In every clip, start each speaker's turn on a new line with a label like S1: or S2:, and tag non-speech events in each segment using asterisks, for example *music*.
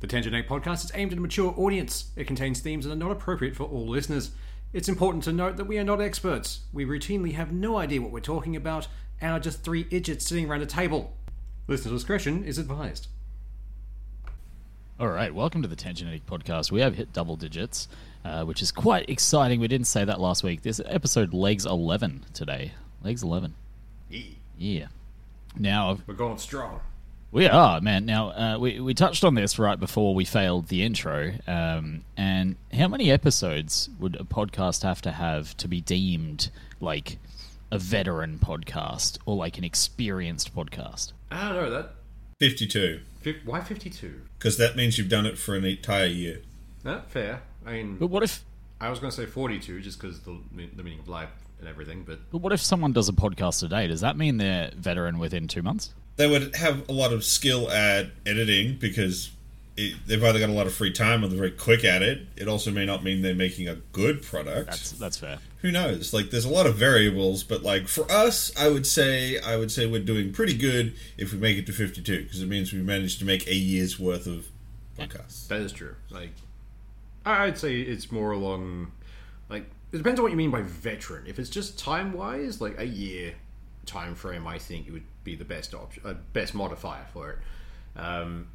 S1: The Tangent 8 podcast is aimed at a mature audience. It contains themes that are not appropriate for all listeners. It's important to note that we are not experts. We routinely have no idea what we're talking about and are just three idiots sitting around a table. Listener discretion is advised.
S2: All right, welcome to the Tangenetic Podcast. We have hit double digits, uh, which is quite exciting. We didn't say that last week. This episode legs eleven today. Legs eleven. Yeah. Now I've-
S1: We're going strong.
S2: we are man. Now uh, we we touched on this right before we failed the intro. Um, and how many episodes would a podcast have to have to be deemed like a veteran podcast or like an experienced podcast?
S1: I don't know Ah, that.
S3: 52
S1: fif- Why 52?
S3: because that means you've done it for an entire year
S1: Not fair. I mean,
S2: But what if
S1: I was going to say 42 just because the, the meaning of life and everything, but
S2: but what if someone does a podcast today? Does that mean they're veteran within two months?
S3: they would have a lot of skill at editing because it, they've either got a lot of free time or they're very quick at it it also may not mean they're making a good product
S2: That's that's fair.
S3: who knows like there's a lot of variables but like for us i would say i would say we're doing pretty good if we make it to 52 because it means we managed to make a year's worth of podcasts
S1: That is true. Like, I- I'd say it's more along, like, it depends on what you mean by veteran. If it's just time wise, like a year time frame, I think it would be the best option, uh, best modifier for it. Um,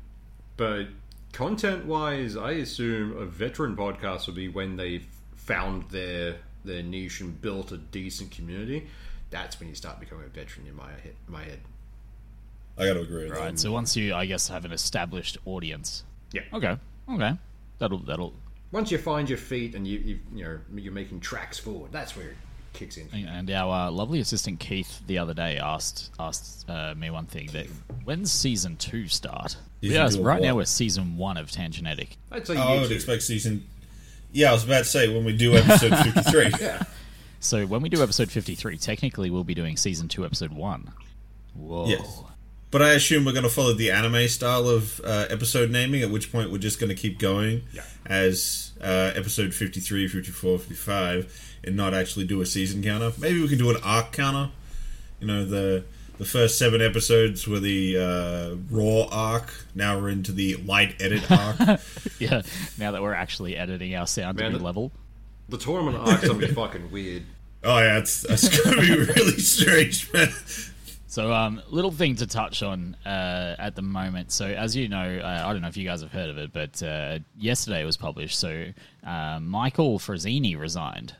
S1: but content wise, I assume a veteran podcast would be when they've found their their niche and built a decent community. That's when you start becoming a veteran in my head. My head.
S3: i gotta agree with
S2: Right.
S3: that
S2: So once you, I guess, have an established audience.
S1: Yeah.
S2: Okay. Okay. That'll that'll.
S1: Once you find your feet and you you you know you're making tracks forward, that's where it kicks in.
S2: And our uh, lovely assistant Keith the other day asked asked uh, me one thing that when's season two start?
S3: You
S2: Yeah.
S3: can do a
S2: Right now
S3: what?
S2: we're season one of Tangenetic.
S1: I'd say
S3: i
S1: year
S3: would
S1: two.
S3: expect season yeah i was about to say when we do episode
S2: *laughs*
S3: 53
S2: So when we do episode fifty three, technically we'll be doing season two, episode one. Whoa.
S3: Yes. But I assume we're going to follow the anime style of uh, episode naming, at which point we're just going to keep going
S1: Yeah.
S3: as uh, episode 53, 54, 55, and not actually do a season counter. Maybe we can do an arc counter. You know, the the first seven episodes were the uh, raw arc. Now we're into the light
S1: *laughs*
S3: edit arc.
S2: *laughs* Yeah. Now that we're actually editing our sound
S1: Man,
S2: to
S1: that-
S2: be level.
S1: The tournament arc's gonna be fucking weird.
S3: oh, yeah, it's, it's going to be *laughs* really strange, man.
S2: So, um, little thing to touch on uh, at the moment. So, as you know, uh, I don't know if you guys have heard of it, but uh, yesterday was published. So, uh, Michael Frazzini resigned.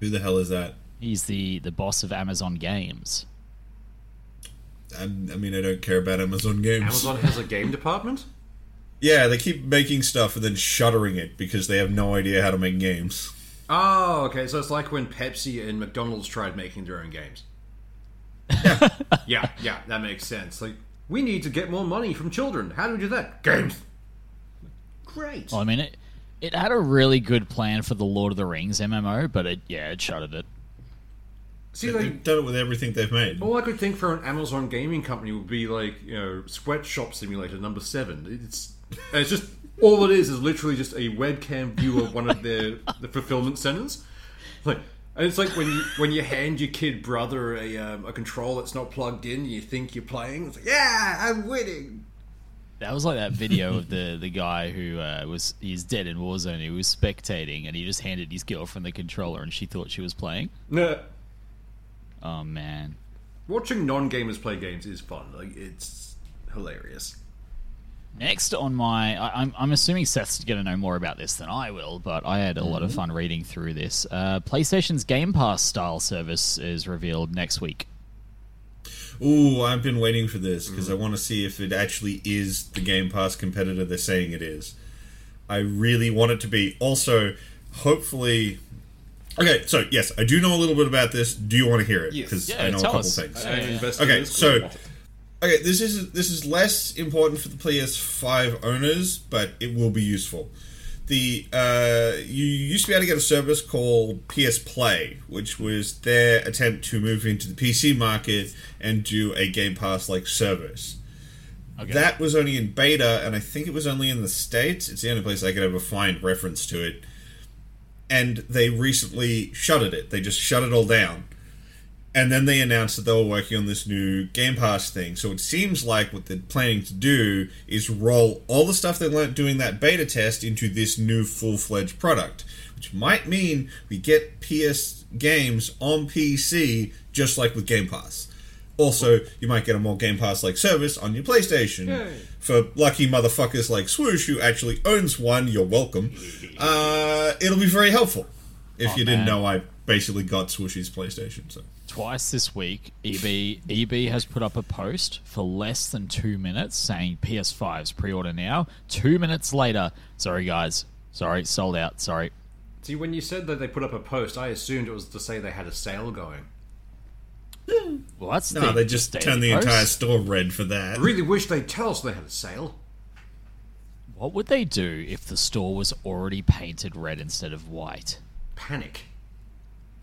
S3: Who the hell is that?
S2: He's the, the boss of Amazon Games.
S3: I, I mean, I don't care about Amazon games.
S1: Amazon has a game department.
S3: Yeah, they keep making stuff and then shuttering it because they have no idea how to make games.
S1: Oh, okay. So it's like when Pepsi and McDonald's tried making their own games. yeah, yeah, that makes sense. Like, we need to get more money from children. How do we do that? Games. Great.
S2: Well, I mean, it, it had a really good plan for the Lord of the Rings MMO, but it yeah, it shuttered it.
S1: See,
S3: They've
S1: like,
S3: done it with everything they've made.
S2: Oh.
S1: all I could think for an Amazon gaming company would be like, you know, Sweatshop Simulator Number Seven. It's, and it's just all it is is literally just a webcam view of one of their the fulfillment centers. Like, and it's like when you when you hand your kid brother a um, a control that's not plugged in, you think you're playing. It's like, yeah, I'm winning.
S2: That was like that video of the, the guy who uh, was he's dead in Warzone. He was spectating, and he just handed his girlfriend the controller, and she thought she was playing.
S1: No,
S2: Oh man.
S1: watching non gamers play games is fun. Like, it's hilarious.
S2: Next on my, I, I'm, I'm assuming Seth's going to know more about this than I will, but I had a lot
S3: Mm-hmm.
S2: of fun reading through this. Uh, PlayStation's Game Pass style service is revealed next week.
S3: Ooh, I've been waiting for this because I want to see if it actually is the Game Pass competitor they're saying it is. I really want it to be. Also, hopefully. Okay, so yes, I do know a little bit about this. Do you want to hear it?
S1: Yes.
S3: Because
S2: Yeah,
S3: I know a
S2: tell
S3: couple
S2: us.
S3: things.
S2: Yeah.
S3: Okay, so okay, this is this is less important for the PS5 owners, but it will be useful. The uh, you used to be able to get a service called PS Play, which was their attempt to move into the PC market and do a Game Pass like service.
S2: Okay.
S3: That was only in beta, and I think it was only in the states. It's the only place I could ever find reference to it. And they recently shuttered it. They just shut it all down and then they announced that they were working on this new Game Pass thing. So it seems like what they're planning to do is roll all the stuff they learnt doing that beta test into this new full fledged product, which might mean we get PS games on PC just like with Game Pass. Also, you might get a more Game Pass like service on your PlayStation. For lucky motherfuckers like Swoosh, who actually owns one, you're welcome. Uh, it'll be very helpful. If
S2: Aw,
S3: you
S2: man.
S3: didn't know, I basically got Swooshy's PlayStation. So.
S2: Twice this week, E EB EB has put up a post for less than two minutes saying PS5's pre-order now. Two minutes later, sorry guys, sorry, sold out. Sorry,
S1: See, when you said that they put up a post, I assumed it was to say they had a sale going.
S2: well that's
S3: No, they just
S2: daily
S3: turned the
S2: post.
S3: entire store red for that.
S1: I really wish they'd tell us they had a sale.
S2: What would they do if the store was already painted red instead of white?
S1: Panic.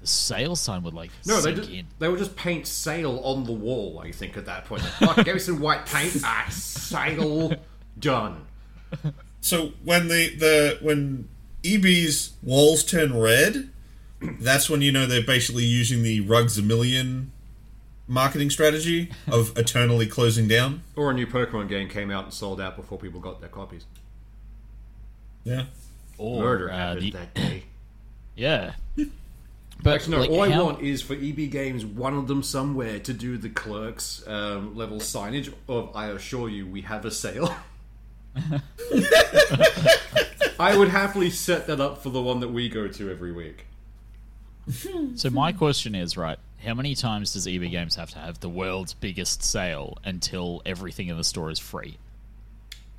S2: The sale sign would like
S1: No, they
S2: sink
S1: just,
S2: in.
S1: they would just paint sale on the wall. I think at that point, like, fuck, give me some white paint. Ah, sale done.
S3: So when the, the when EB's walls turn red, that's when you know they're basically using the rugs a million marketing strategy of eternally closing down.
S1: Or a new Pokemon game came out and sold out before people got their copies.
S3: Yeah.
S2: Or,
S1: Murder
S2: uh,
S1: happened
S2: the-
S1: that
S2: *coughs*
S1: day.
S2: yeah. But
S1: Actually, no.
S2: like,
S1: all I
S2: how-
S1: want is for EB Games, one of them somewhere, to do the clerks um, level signage of "I assure you, we have a sale." *laughs*
S2: *laughs*
S1: I would happily set that up for the one that we go to every week.
S2: So my question is, right, how many times does EB Games have to have the world's biggest sale until everything in the store is free?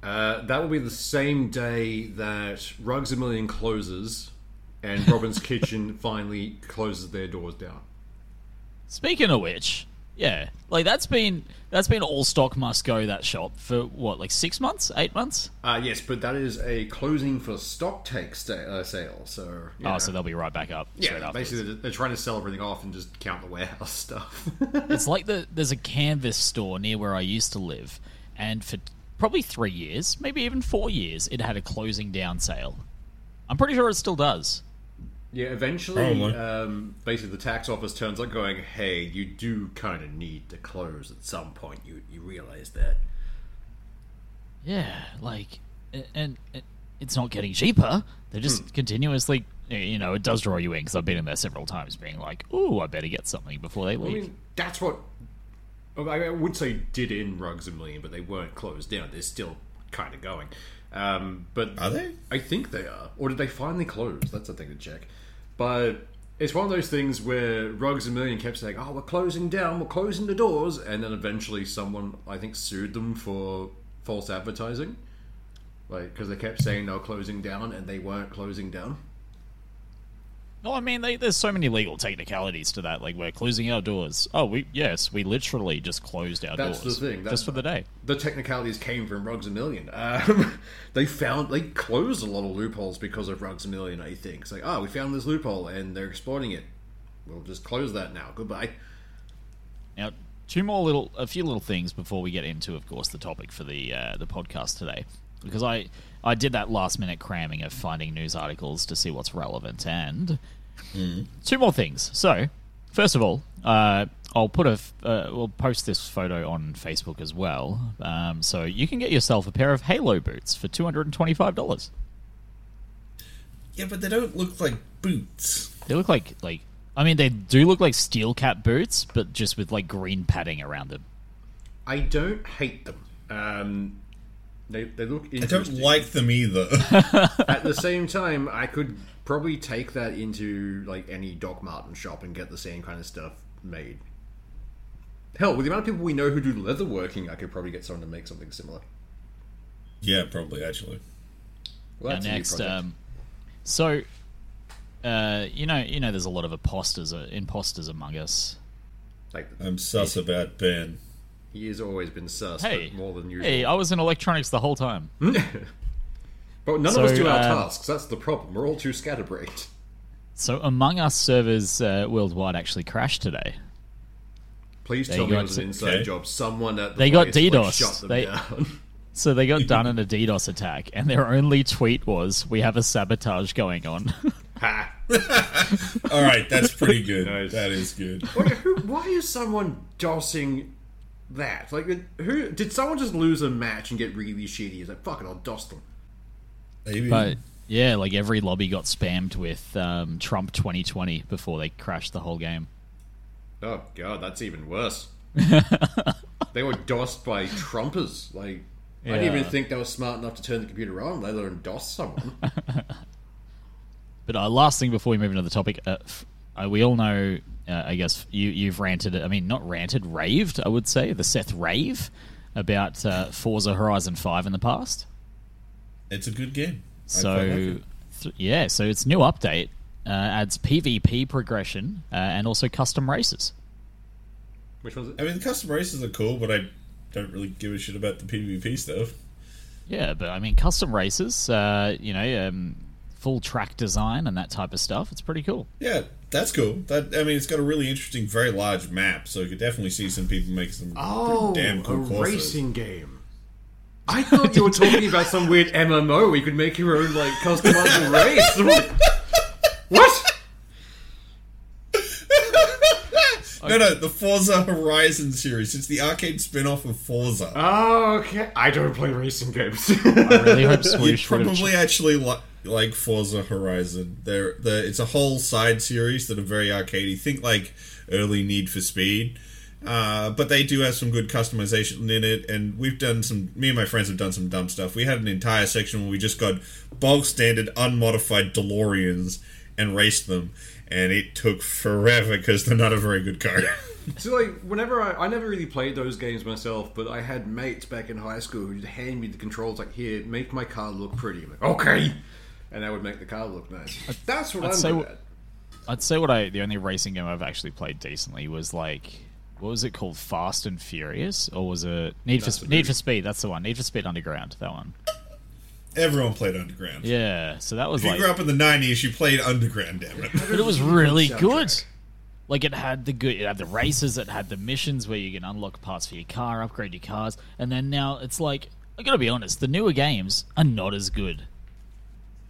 S1: Uh, that will be the same day that Rugs a Million closes
S2: *laughs*
S1: and Robin's Kitchen finally closes their doors down.
S2: Speaking of which, yeah, like that's been that's been all stock must go that shop for what, like six months, eight months? Oh,
S1: Uh, yes, but that is a closing for stock take sta- uh, sale. So you know.
S2: Oh, so they'll be right back up. straight
S1: yeah,
S2: afterwards.
S1: basically they're, they're trying to sell everything off and just count the warehouse *laughs*
S2: *laughs*
S1: stuff.
S2: It's like the, there's a canvas store near where I used to live, and for probably three years, maybe even four years, it had a closing down sale. I'm pretty sure it still does.
S1: yeah, eventually,
S3: Probably.
S1: um, basically the tax office turns up going, "Hey, you do kind of need to close at some point. You you realize that."
S2: Yeah, like, a- and, and it's not getting cheaper. They're just continuously, you know, it does draw you in because I've been in there several times, being like, "Ooh, I better get something before they
S1: I
S2: leave."
S1: mean, that's what I mean, I would say did in Rugs a Million, but they weren't closed down. They're still kind of going. Um, but
S3: Are they?
S1: I think they are. Or did they finally close? That's a thing to check. But it's one of those things where Rugs a Million kept saying, "Oh, we're closing down. We're closing the doors," and then eventually someone, I think, sued them for false advertising, like because they kept saying they were closing down and they weren't closing down.
S2: No, I mean, they, there's so many legal technicalities to that. Like, we're closing our doors. Oh, we yes, we literally just closed our
S1: That's
S2: doors
S1: the thing. That's-
S2: just for the day.
S1: the technicalities came from Rugs a Million. Um, *laughs* they found they closed a lot of loopholes because of Rugs a Million. I think it's like, oh, we found this loophole and they're exploiting it. We'll just close that now. Goodbye.
S2: Now, two more little, a few little things before we get into, of course, the topic for the uh, the podcast today, because I I did that last minute cramming of finding news articles to see what's relevant, and two more things. So, first of all, uh, I'll put a f- uh, we'll post this photo on Facebook as well, um, so you can get yourself a pair of Halo boots for two hundred and twenty five dollars.
S3: Yeah, but they don't look like boots.
S2: They look like like I mean they do look like steel cap boots, but just with like green padding around them.
S1: I don't hate them. Um, they they look
S3: I don't
S1: interesting.
S3: like them either.
S1: At the same time, I could probably take that into like any Doc Martin shop and get the same kind of stuff made. Hell, with the amount of people we know who do leather working, I could probably get someone to make something similar.
S3: yeah, probably actually.
S1: Well,
S2: Now
S1: that's a new
S2: next,
S1: project.
S2: um, so uh, you know, you know, there's a lot of imposters, uh, imposters among us.
S1: like
S3: I'm sus about Ben.
S1: He has always been sus,
S2: Hey,
S1: but more than usual.
S2: hey, I was in electronics the whole time.
S1: but none
S2: So,
S1: of us do our
S2: um,
S1: tasks. That's the problem. We're all too scatterbrained. *laughs*
S2: so Among Us servers uh, worldwide actually crashed today.
S1: Please tell
S2: you
S1: me
S2: go.
S1: it was an inside
S3: Okay.
S1: job. Someone at the
S2: They got
S1: place, like,
S2: DDoS.
S1: shut them
S2: They-
S1: down.
S2: *laughs* So they got done in a DDoS attack, and their only tweet was, "We have a sabotage going on."
S1: ha!
S3: All right, that's pretty good.
S1: Nice.
S3: That is good.
S1: Wait, who, why is someone DOSing that? Like, who did someone just lose a match and get really shitty? He's like, fuck it, I'll DOS them.
S3: Maybe.
S2: But yeah, like every lobby got spammed with um, Trump 2020 before they crashed the whole game.
S1: Oh god, that's even
S2: *laughs*
S1: worse. they were DOSed by Trumpers. Like, I didn't
S2: Yeah.
S1: even think they were smart enough to turn the computer on, let alone DOS someone. *laughs*
S2: But uh, last thing before we move into the topic, uh, f- uh, we all know, uh, I guess you you've ranted. I mean, not ranted, raved. I would say the Seth rave about uh, Forza Horizon Five in the past.
S3: it's a good game. I
S2: So
S3: quite like it.
S2: th- yeah, so its new update uh, adds PvP progression uh, and also custom races.
S1: Which one's
S3: I
S1: it?
S3: mean, the custom races are cool, but I don't really give a shit about the PvP stuff.
S2: Yeah, but I mean, custom races. Uh, you know, um, full track design and that type of stuff. It's pretty cool.
S3: Yeah, that's cool. That I mean, it's got a really interesting, very large map, so you could definitely see some people make some pretty
S1: Oh,
S3: damn cool
S1: a
S3: courses.
S1: racing game. I thought you were talking about some weird MMO where you could make your own like customizable race. *laughs* What? what?
S3: No, no, the Forza Horizon series. It's the arcade spin-off of Forza.
S1: Oh, okay. I don't play racing games. *laughs*
S2: Really hope
S3: *laughs* you
S2: Swoosh would have
S3: probably actually li- like Forza Horizon. There, the it's a whole side series that are very arcadey. Think like early Need for Speed, uh, but they do have some good customization in it. And we've done some. Me and my friends have done some dumb stuff. We had an entire section where we just got bulk standard unmodified DeLoreans and raced them, and it took forever because they're not a very good car.
S1: So like, whenever I, I never really played those games myself, but I had mates back in high school who'd hand me the controls, like, "Here, make my car look pretty." I'm like, okay, and I would make the car look nice. That's what i am
S2: say
S1: good
S2: wh-
S1: at.
S2: I'd say what I the only racing game I've actually played decently was like what was it called Fast and Furious or was it Need for
S1: That's the
S2: Sp- Need
S1: movie.
S2: for Speed that's the one Need for Speed Underground that one
S3: Everyone played Underground.
S2: yeah so that was
S3: If you
S2: like
S3: grew up in the '90s, you played Underground. Damn it.
S2: but it was really
S1: soundtrack.
S2: good like it had the good it had the races it had the missions where you can unlock parts for your car upgrade your cars and then now it's like I gotta be honest the newer games are not as good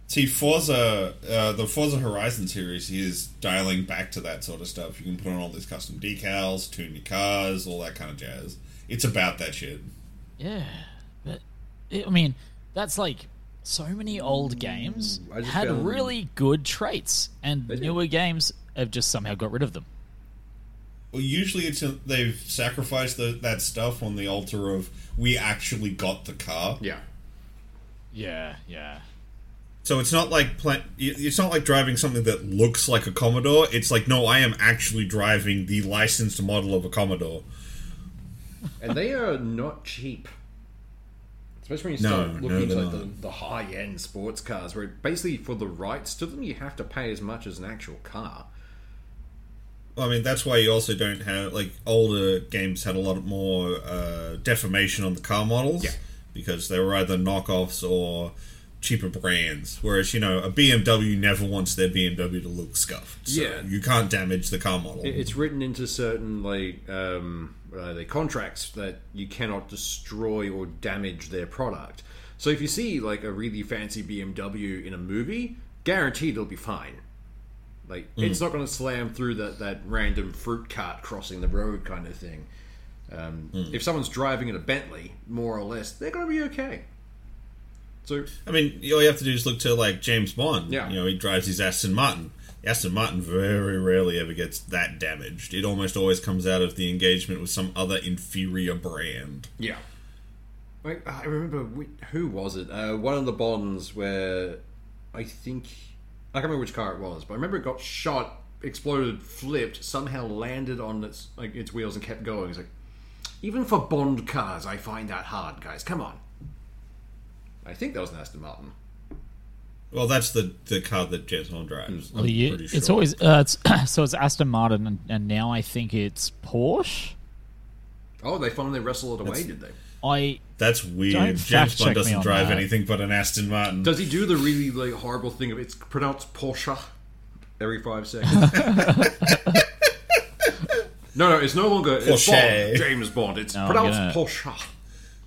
S3: See, Forza, uh, the Forza Horizon series is dialing back to that sort of stuff. You can put on all these custom decals, tune your cars, all that kind of jazz. It's about that shit.
S2: yeah but it, I mean that's like so many old games
S1: Mm, I just
S2: had
S1: found-
S2: really good traits, and
S1: did.
S2: newer games have just somehow got rid of them.
S3: Well, usually it's a, they've sacrificed the, that stuff on the altar of we actually got the car.
S1: Yeah,
S2: Yeah, yeah.
S3: So it's not like pla- it- it's not like driving something that looks like a Commodore. It's like no, I am actually driving the licensed model of a Commodore.
S1: and they are not cheap. Especially when you
S3: No,
S1: start
S3: no,
S1: looking into
S3: they're
S1: like, the,
S3: not.
S1: the high-end sports cars, where basically for the rights to them, you have to pay as much as an actual car.
S3: I mean, that's why you also don't have like older games had a lot more uh, defamation on the car models
S1: Yeah.
S3: because they were either knockoffs or cheaper brands. Whereas you know a BMW never wants their BMW to look scuffed. So
S1: Yeah.
S3: you can't damage the car model.
S1: It- It's written into certain like um, uh, the contracts that you cannot destroy or damage their product. So if you see like a really fancy BMW in a movie, guaranteed it'll be fine. Like it's not going to slam through that that random fruit cart crossing the road kind of thing. Um, If someone's driving in a Bentley, more or less, they're going to be okay. So
S3: I mean, all you have to do is look to like James Bond.
S1: Yeah.
S3: you know he drives his Aston Martin. The Aston Martin very rarely ever gets that damaged. It almost always comes out of the engagement with some other inferior brand.
S1: Yeah. Like, I remember we, who was it? Uh, one of the Bonds where I think I can't remember which car it was, but I remember it got shot, exploded, flipped, somehow landed on its like its wheels and kept going. It's like even for Bond cars, I find that hard, guys. Come on. I think that was an Aston Martin.
S3: Well, that's the the car that James Bond drives. I'm pretty sure.
S2: Mm. It's always uh, it's, *coughs* so it's Aston Martin, and, and now I think it's Porsche.
S1: Oh, they finally wrestled it away, did they?
S2: I
S3: That's
S2: Don't
S3: weird.
S2: fact
S3: James
S2: check me
S3: Bond doesn't
S2: on
S3: drive
S2: that.
S3: anything but an Aston Martin.
S1: Does he do the really like horrible thing of it's pronounced Porsche every five
S3: *laughs*
S1: seconds? no, no, it's no longer it's
S3: Porsche.
S1: Bond, James Bond. It's
S2: I'm
S1: pronounced
S2: gonna-
S1: Porsche.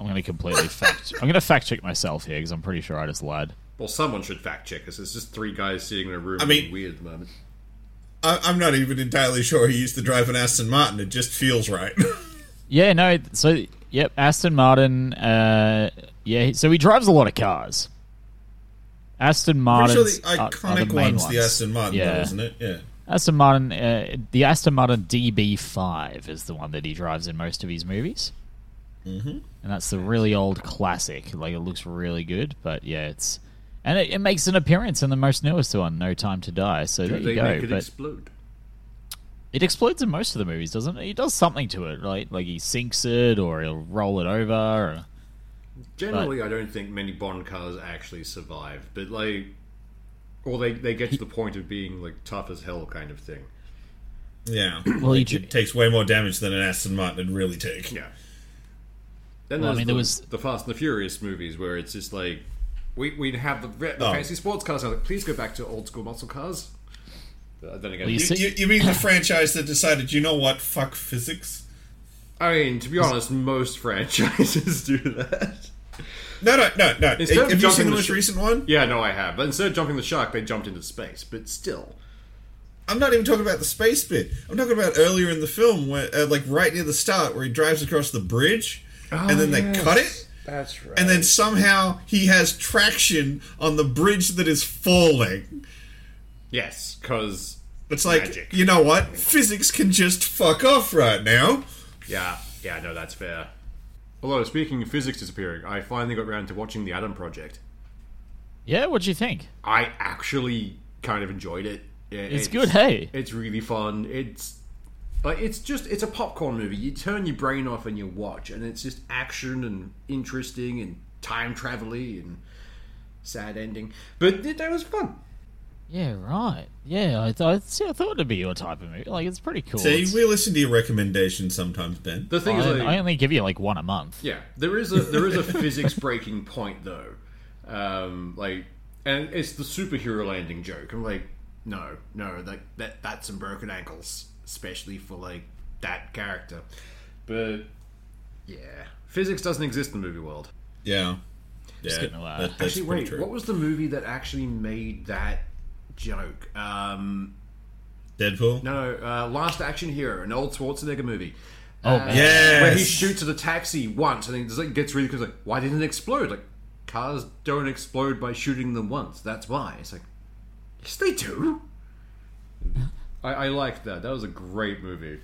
S2: I'm going to completely fact. I'm going to fact check myself here because I'm pretty sure I just lied.
S1: Well, someone should fact check us. It's just three guys sitting in a room
S3: I
S1: being
S3: mean-
S1: weird at the moment.
S3: I, I'm not even entirely sure he used to drive an Aston Martin. It just feels right.
S2: Yeah, no. So, yep, Aston Martin. Uh, yeah, so he drives a lot of cars. Aston
S3: *laughs* Pretty
S2: Martin's
S3: sure the
S2: are- are
S3: iconic
S2: the main
S3: one's the Aston Martin,
S2: Yeah.
S3: though, isn't it? Yeah.
S2: Aston Martin, uh, the Aston Martin DB5 is the one that he drives in most of his movies. Mm-hmm. And that's the really old classic. Like, it looks really good, but yeah, it's. And it, it makes an appearance in the most newest one, No Time to Die. So there
S1: Do
S2: you
S1: they
S2: go.
S1: make it
S2: but
S1: explode?
S2: it explodes in most of the movies, doesn't it? He does something to it, right? Like he sinks it, or he'll roll it over. Or...
S1: Generally, I don't think many Bond cars actually survive, but like, or they they get to the point of being like tough as hell kind of thing.
S3: Yeah.
S2: Well, he
S3: Like,
S2: dr-
S3: it takes way more damage than an Aston Martin would really take.
S1: Yeah. Then
S2: Well, I
S1: there's
S2: mean,
S1: the,
S2: there was-
S1: the Fast and the Furious movies where it's just like we we'd have the, re- the
S3: Oh.
S1: fancy sports cars. and I'm like, please go back to old school muscle cars. Uh, then again,
S2: Well, you
S3: You,
S2: see-
S3: you, you mean the franchise that decided, you know what, fuck physics?
S1: I mean, to be honest, most franchises *laughs* do that.
S3: No, no, no, no.
S1: Instead of
S3: Have you
S1: jumping
S3: seen the
S1: the
S3: most
S1: sh-
S3: recent one?
S1: Yeah, no, I have. But instead of jumping the shark, they jumped into space. But still,
S3: I'm not even talking about the space bit. I'm talking about earlier in the film, where uh, like right near the start, where he drives across the bridge,
S1: Oh,
S3: and then
S2: Oh,
S3: they cut it,
S1: that's right.
S3: and then somehow he has traction on the bridge that is falling.
S1: yes, because
S3: It's like
S1: Magic.
S3: you know what, physics can just fuck off right now.
S1: yeah, yeah, no, that's fair. Although speaking of physics disappearing, I finally got round to watching the Atom Project.
S2: Yeah, what do you think?
S1: I actually kind of enjoyed it. Yeah,
S2: It's, good, hey.
S1: It's really fun. It's like it's just it's a popcorn movie. You turn your brain off and you watch, and it's just action and interesting and time travel-y and sad ending. But it, that was fun.
S2: Yeah, right. Yeah, I, th- I, see, I thought it'd be your type of movie. Like, it's pretty cool.
S3: See,
S2: It's-
S3: we listen to your recommendations sometimes, Ben.
S1: The thing
S2: I,
S1: is, like,
S2: I only give you like one a month.
S1: yeah, there is a there is a physics breaking point though. Um, like, and it's the superhero landing joke. I'm like, no, no, like that that's some broken ankles, especially for like that character. But yeah, physics doesn't exist in the movie world.
S3: Yeah, yeah.
S2: getting a lot.
S3: that- that's
S1: Actually,
S3: pretty
S1: wait.
S3: true.
S1: What was the movie that actually made that joke? Um,
S3: Deadpool.
S1: no, uh, Last Action Hero, an old Schwarzenegger movie.
S2: Oh,
S1: Uh,
S2: man.
S3: Yes.
S1: Where he shoots at a taxi once, and it like, gets really because like, why didn't it explode? Like, cars don't explode by shooting them once. That's why. It's like, yes, they do. I, I liked that. That was a great movie.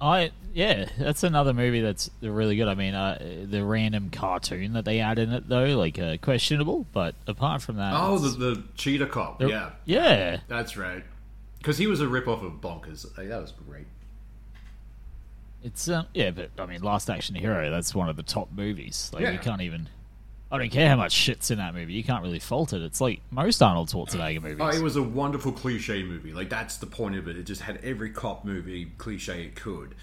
S2: I yeah, that's another movie that's really good. I mean, uh, the random cartoon that they add in it though, like uh, questionable. But apart from that,
S1: Oh,
S2: it's-
S1: the, the cheetah cop.
S2: they're-
S1: Yeah,
S2: yeah,
S1: that's right. Because he was a rip off of Bonkers. Like, that was great.
S2: it's um, yeah. But I mean, Last Action Hero, that's one of the top movies. Like
S1: Yeah.
S2: you can't even. I don't care how much shit's in that movie. You can't really fault it. It's like most Arnold Schwarzenegger movies.
S1: Oh, it was a wonderful cliche movie. Like that's the point of it. It just had every cop movie cliche it could.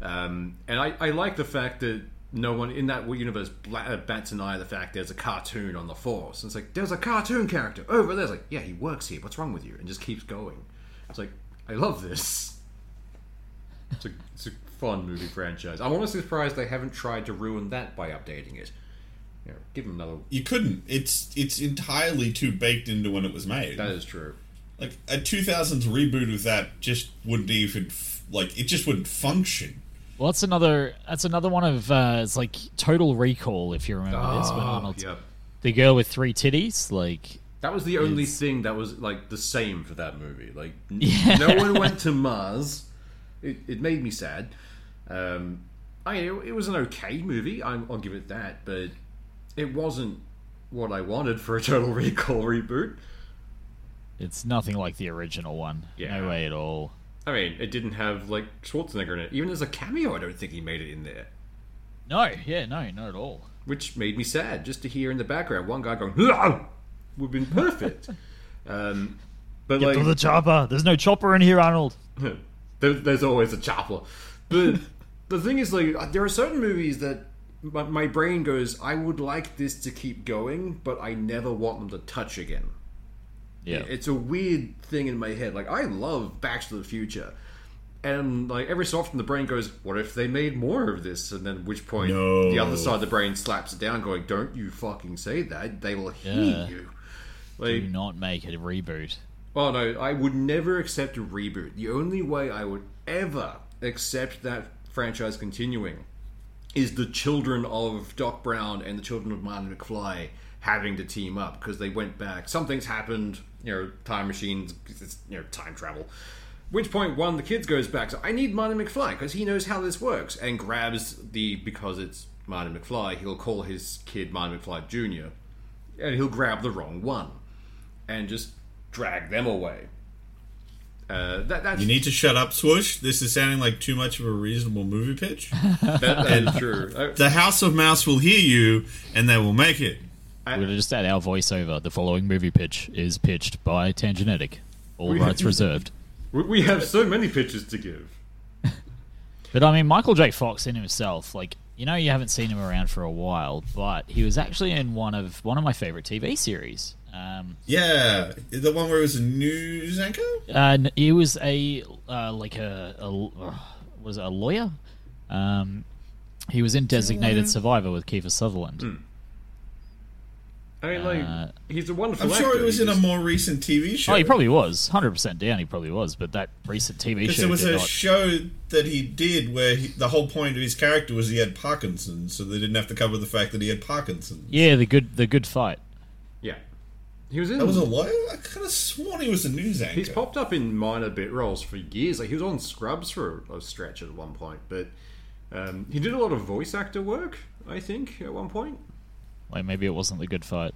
S1: Um, and I, I like the fact that no one in that universe bla- uh, bats an eye at the fact there's a cartoon on the force. And it's like there's a cartoon character over there. It's like yeah, he works here. What's wrong with you? And just keeps going. It's like I love this. It's a, it's a fun movie franchise. I'm honestly surprised they haven't tried to ruin that by updating it. You know, give them another.
S3: You couldn't. It's it's entirely too baked into when it was made.
S1: That is true.
S3: like a 2000s reboot of that just wouldn't even f- like it just wouldn't function
S2: Well, that's another. That's another one of. Uh, it's like Total Recall, if you remember this. When
S1: Ah,
S2: Arnold,
S1: yep.
S2: the girl with three titties, like
S1: That was the only thing that was like the same for that movie. Like n- no one went to Mars. It, it made me sad. Um, I it was an okay movie. i I'll give it that, but it wasn't what I wanted for a Total Recall reboot.
S2: it's nothing like the original one.
S1: Yeah.
S2: No way at all.
S1: I mean, it didn't have like Schwarzenegger in it. Even as a cameo, I don't think he made it in there,
S2: No, yeah, no, not at all.
S1: which made me sad. Just to hear in the background one guy going, "Hurrah!" would have been perfect. *laughs* um, but like,
S2: the chopper. There's no chopper in here, Arnold.
S1: *laughs* there, there's always a chopper.
S2: *laughs*
S1: But the thing is, like, there are certain movies that my, my brain goes, I would like this to keep going, but I never want them to touch again.
S2: Yeah.
S1: It's a weird thing in my head. Like, I love Back to the Future, And like every so often, the brain goes, "What if they made more of this?" And then, which point,
S3: No.
S1: the other side of the brain slaps it down, going, "Don't you fucking say that! They will hear
S2: Yeah.
S1: you."
S2: Do
S1: Like,
S2: not make it a reboot.
S1: Oh no, I would never accept a reboot. The only way I would ever accept that franchise continuing is the children of Doc Brown and the children of Marty McFly having to team up because they went back. Something's happened, you know, time machines, it's, you know, time travel. Which point one, the kids goes back. So I need Marty McFly because he knows how this works and grabs the because it's Marty McFly. He'll call his kid Marty McFly Junior, and he'll grab the wrong one and just drag them away. Uh, that, that's
S3: You need to shut up, Swoosh. This is sounding like too much of a reasonable movie pitch.
S1: that,
S3: *laughs*
S1: that's true. Uh, I-
S3: the House of Mouse will hear you, and they will make it.
S2: We're gonna just add our voiceover. The following movie pitch is pitched by Tangenetic. All rights reserved.
S1: We- We have so many pitches to give.
S2: But I mean, Michael J. Fox in himself, like you know, you haven't seen him around for a while, but he was actually in one of one of my favorite TV series. Um,
S3: Yeah, the one where it was a news anchor.
S2: and he was a uh, like a, a uh, was it a lawyer. Um, he was in Designated Survivor with Kiefer Sutherland.
S3: Hmm.
S1: I mean, like
S2: Uh,
S1: he's a wonderful.
S3: I'm sure
S1: actor.
S3: it was
S1: He
S3: in a
S1: just-
S3: more recent TV show.
S2: Oh, he probably was. 100% down, he probably was. But that recent TV
S3: Because
S2: show
S3: it was
S2: did
S3: a
S2: not.
S3: show that he did where he, the whole point of his character was he had Parkinson's, so they didn't have to cover the fact that he had Parkinson's.
S2: yeah, the good the good fight.
S1: yeah. He was in.
S3: That was a lawyer? I could have sworn he was a news anchor.
S1: he's popped up in minor bit roles for years. Like he was on Scrubs for a stretch at one point, but um, he did a lot of voice actor work. I think at one point.
S2: Like, maybe it wasn't the good fight.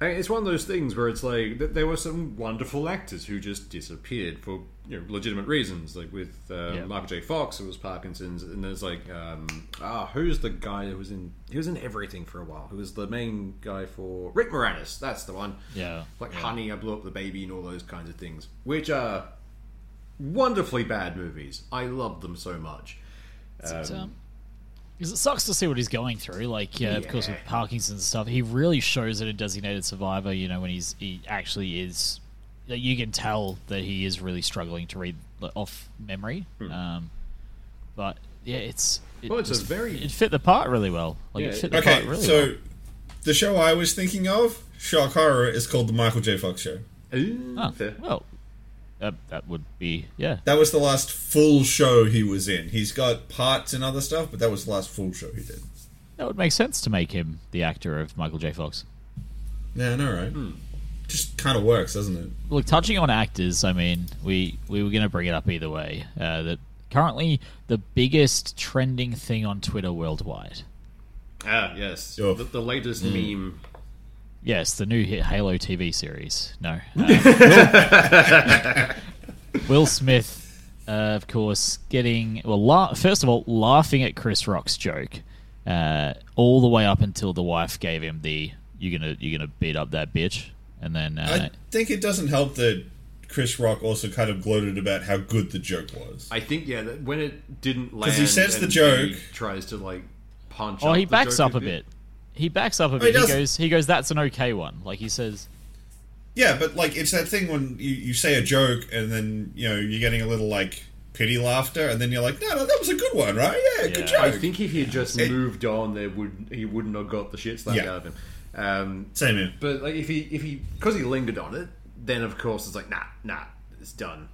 S1: I mean, it's one of those things where it's like th- there were some wonderful actors who just disappeared for you know, legitimate reasons. Like with uh,
S2: Yeah.
S1: Michael J. Fox, it was Parkinson's, and there's like um, ah, who's the guy who was in he was in everything for a while? Who was the main guy for Rick Moranis? That's the one.
S2: Yeah.
S1: Like Honey, I Blew Up the Baby, and all those kinds of things, which are wonderfully bad movies. I love them so much.
S2: Because it sucks to see what he's going through. Like, yeah, of course,
S1: Yeah.
S2: with Parkinson's and stuff, he really shows it in Designated Survivor. You know, when he's he actually is, like, you can tell that he is really struggling to read like, off memory. Um, but yeah, it's it,
S1: Well, it's a
S2: was-
S1: very-
S2: it fit the part really well. Like, it
S1: Yeah,
S2: fit the
S3: okay,
S2: part really
S3: so
S2: well.
S3: the show I was thinking of, Shock Horror, is called The Michael J. Fox Show.
S1: Ooh,
S2: Oh,
S1: fair.
S2: well, that that would be yeah.
S3: That was the last full show he was in. He's got parts and other stuff, but that was the last full show he did.
S2: That would make sense to make him the actor of Michael J. Fox.
S3: Yeah, I know, right?
S1: Hmm.
S3: Just kind of works, doesn't it?
S2: Look, touching on actors, I mean, we we were going to bring it up either way. Uh, that currently the biggest trending thing on Twitter worldwide.
S1: Ah, yes.
S3: Oh.
S1: The, the latest
S2: Mm.
S1: meme.
S2: Yes, the new hit Halo TV series. No. Uh, Will Smith, uh, of course, getting well. La- first of all, laughing at Chris Rock's joke, uh, all the way up until the wife gave him the "you're gonna you're gonna beat up that bitch," and then uh,
S3: I think it doesn't help that Chris Rock also kind of gloated about how good the joke was.
S1: I think yeah, that when it didn't land,
S3: 'Cause he says the
S1: and
S3: joke.
S1: he tries to like punch.
S2: Oh,
S1: up
S2: he
S1: the
S2: backs
S1: joke
S2: up a bit. He backs up a
S3: he
S2: bit. He
S3: doesn't.
S2: goes, he goes. That's an okay one. Like he says,
S3: Yeah, but like it's that thing when you, you say a joke and then you know you're getting a little like pity laughter, and then you're like, no, no, that was a good one, right? Yeah,
S2: Yeah.
S3: good joke.
S1: I think if he had just
S3: It-
S1: moved on, there would he wouldn't have got the shit slapped
S3: Yeah.
S1: out of him. Um,
S3: Same here.
S1: but like if he if he because he lingered on it, then of course it's like nah nah it's done.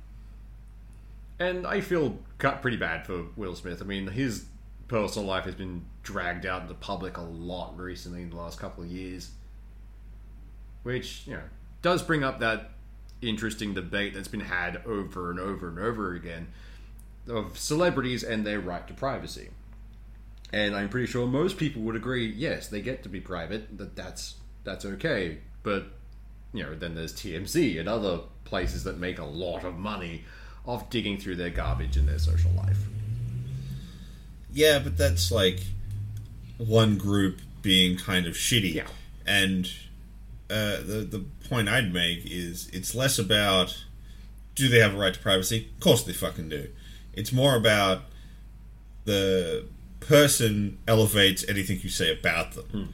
S1: And I feel cut pretty bad for Will Smith. I mean, his personal life has been dragged out into public a lot recently in the last couple of years, which you know does bring up that interesting debate that's been had over and over and over again of celebrities and their right to privacy. And I'm pretty sure most people would agree, yes, they get to be private, that that's that's okay. But you know, then there's TMZ and other places that make a lot of money off digging through their garbage in their social life.
S3: Yeah, but that's like one group being kind of shitty.
S1: Yeah.
S3: And uh, the the point I'd make is it's less about do they have a right to privacy? Of course they fucking do. It's more about the person elevates anything you say about them.
S1: Hmm.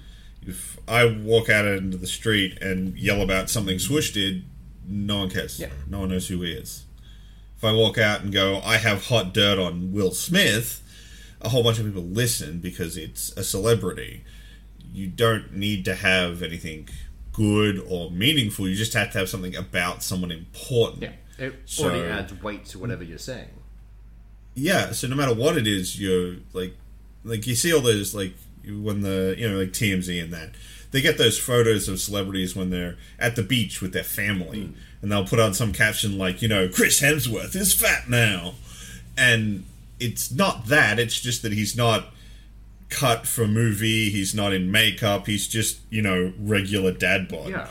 S3: If I walk out into the street and yell about something Swoosh did, no one cares.
S1: Yeah.
S3: No one knows who he is. If If I walk out and go, I have hot dirt on Will Smith, a whole bunch of people listen because it's a celebrity. You don't need to have anything good or meaningful. You just have to have something about someone important.
S1: Yeah. It
S3: So-
S1: already adds weight to whatever you're saying.
S3: yeah so no matter what it is you're like like you see all those like when the you know like tmz and that they get those photos of celebrities when they're at the beach with their family and they'll put on some caption like you know chris hemsworth is fat now and it's not that it's just that he's not cut for a movie he's not in makeup he's just you know regular dad bod
S1: Yeah.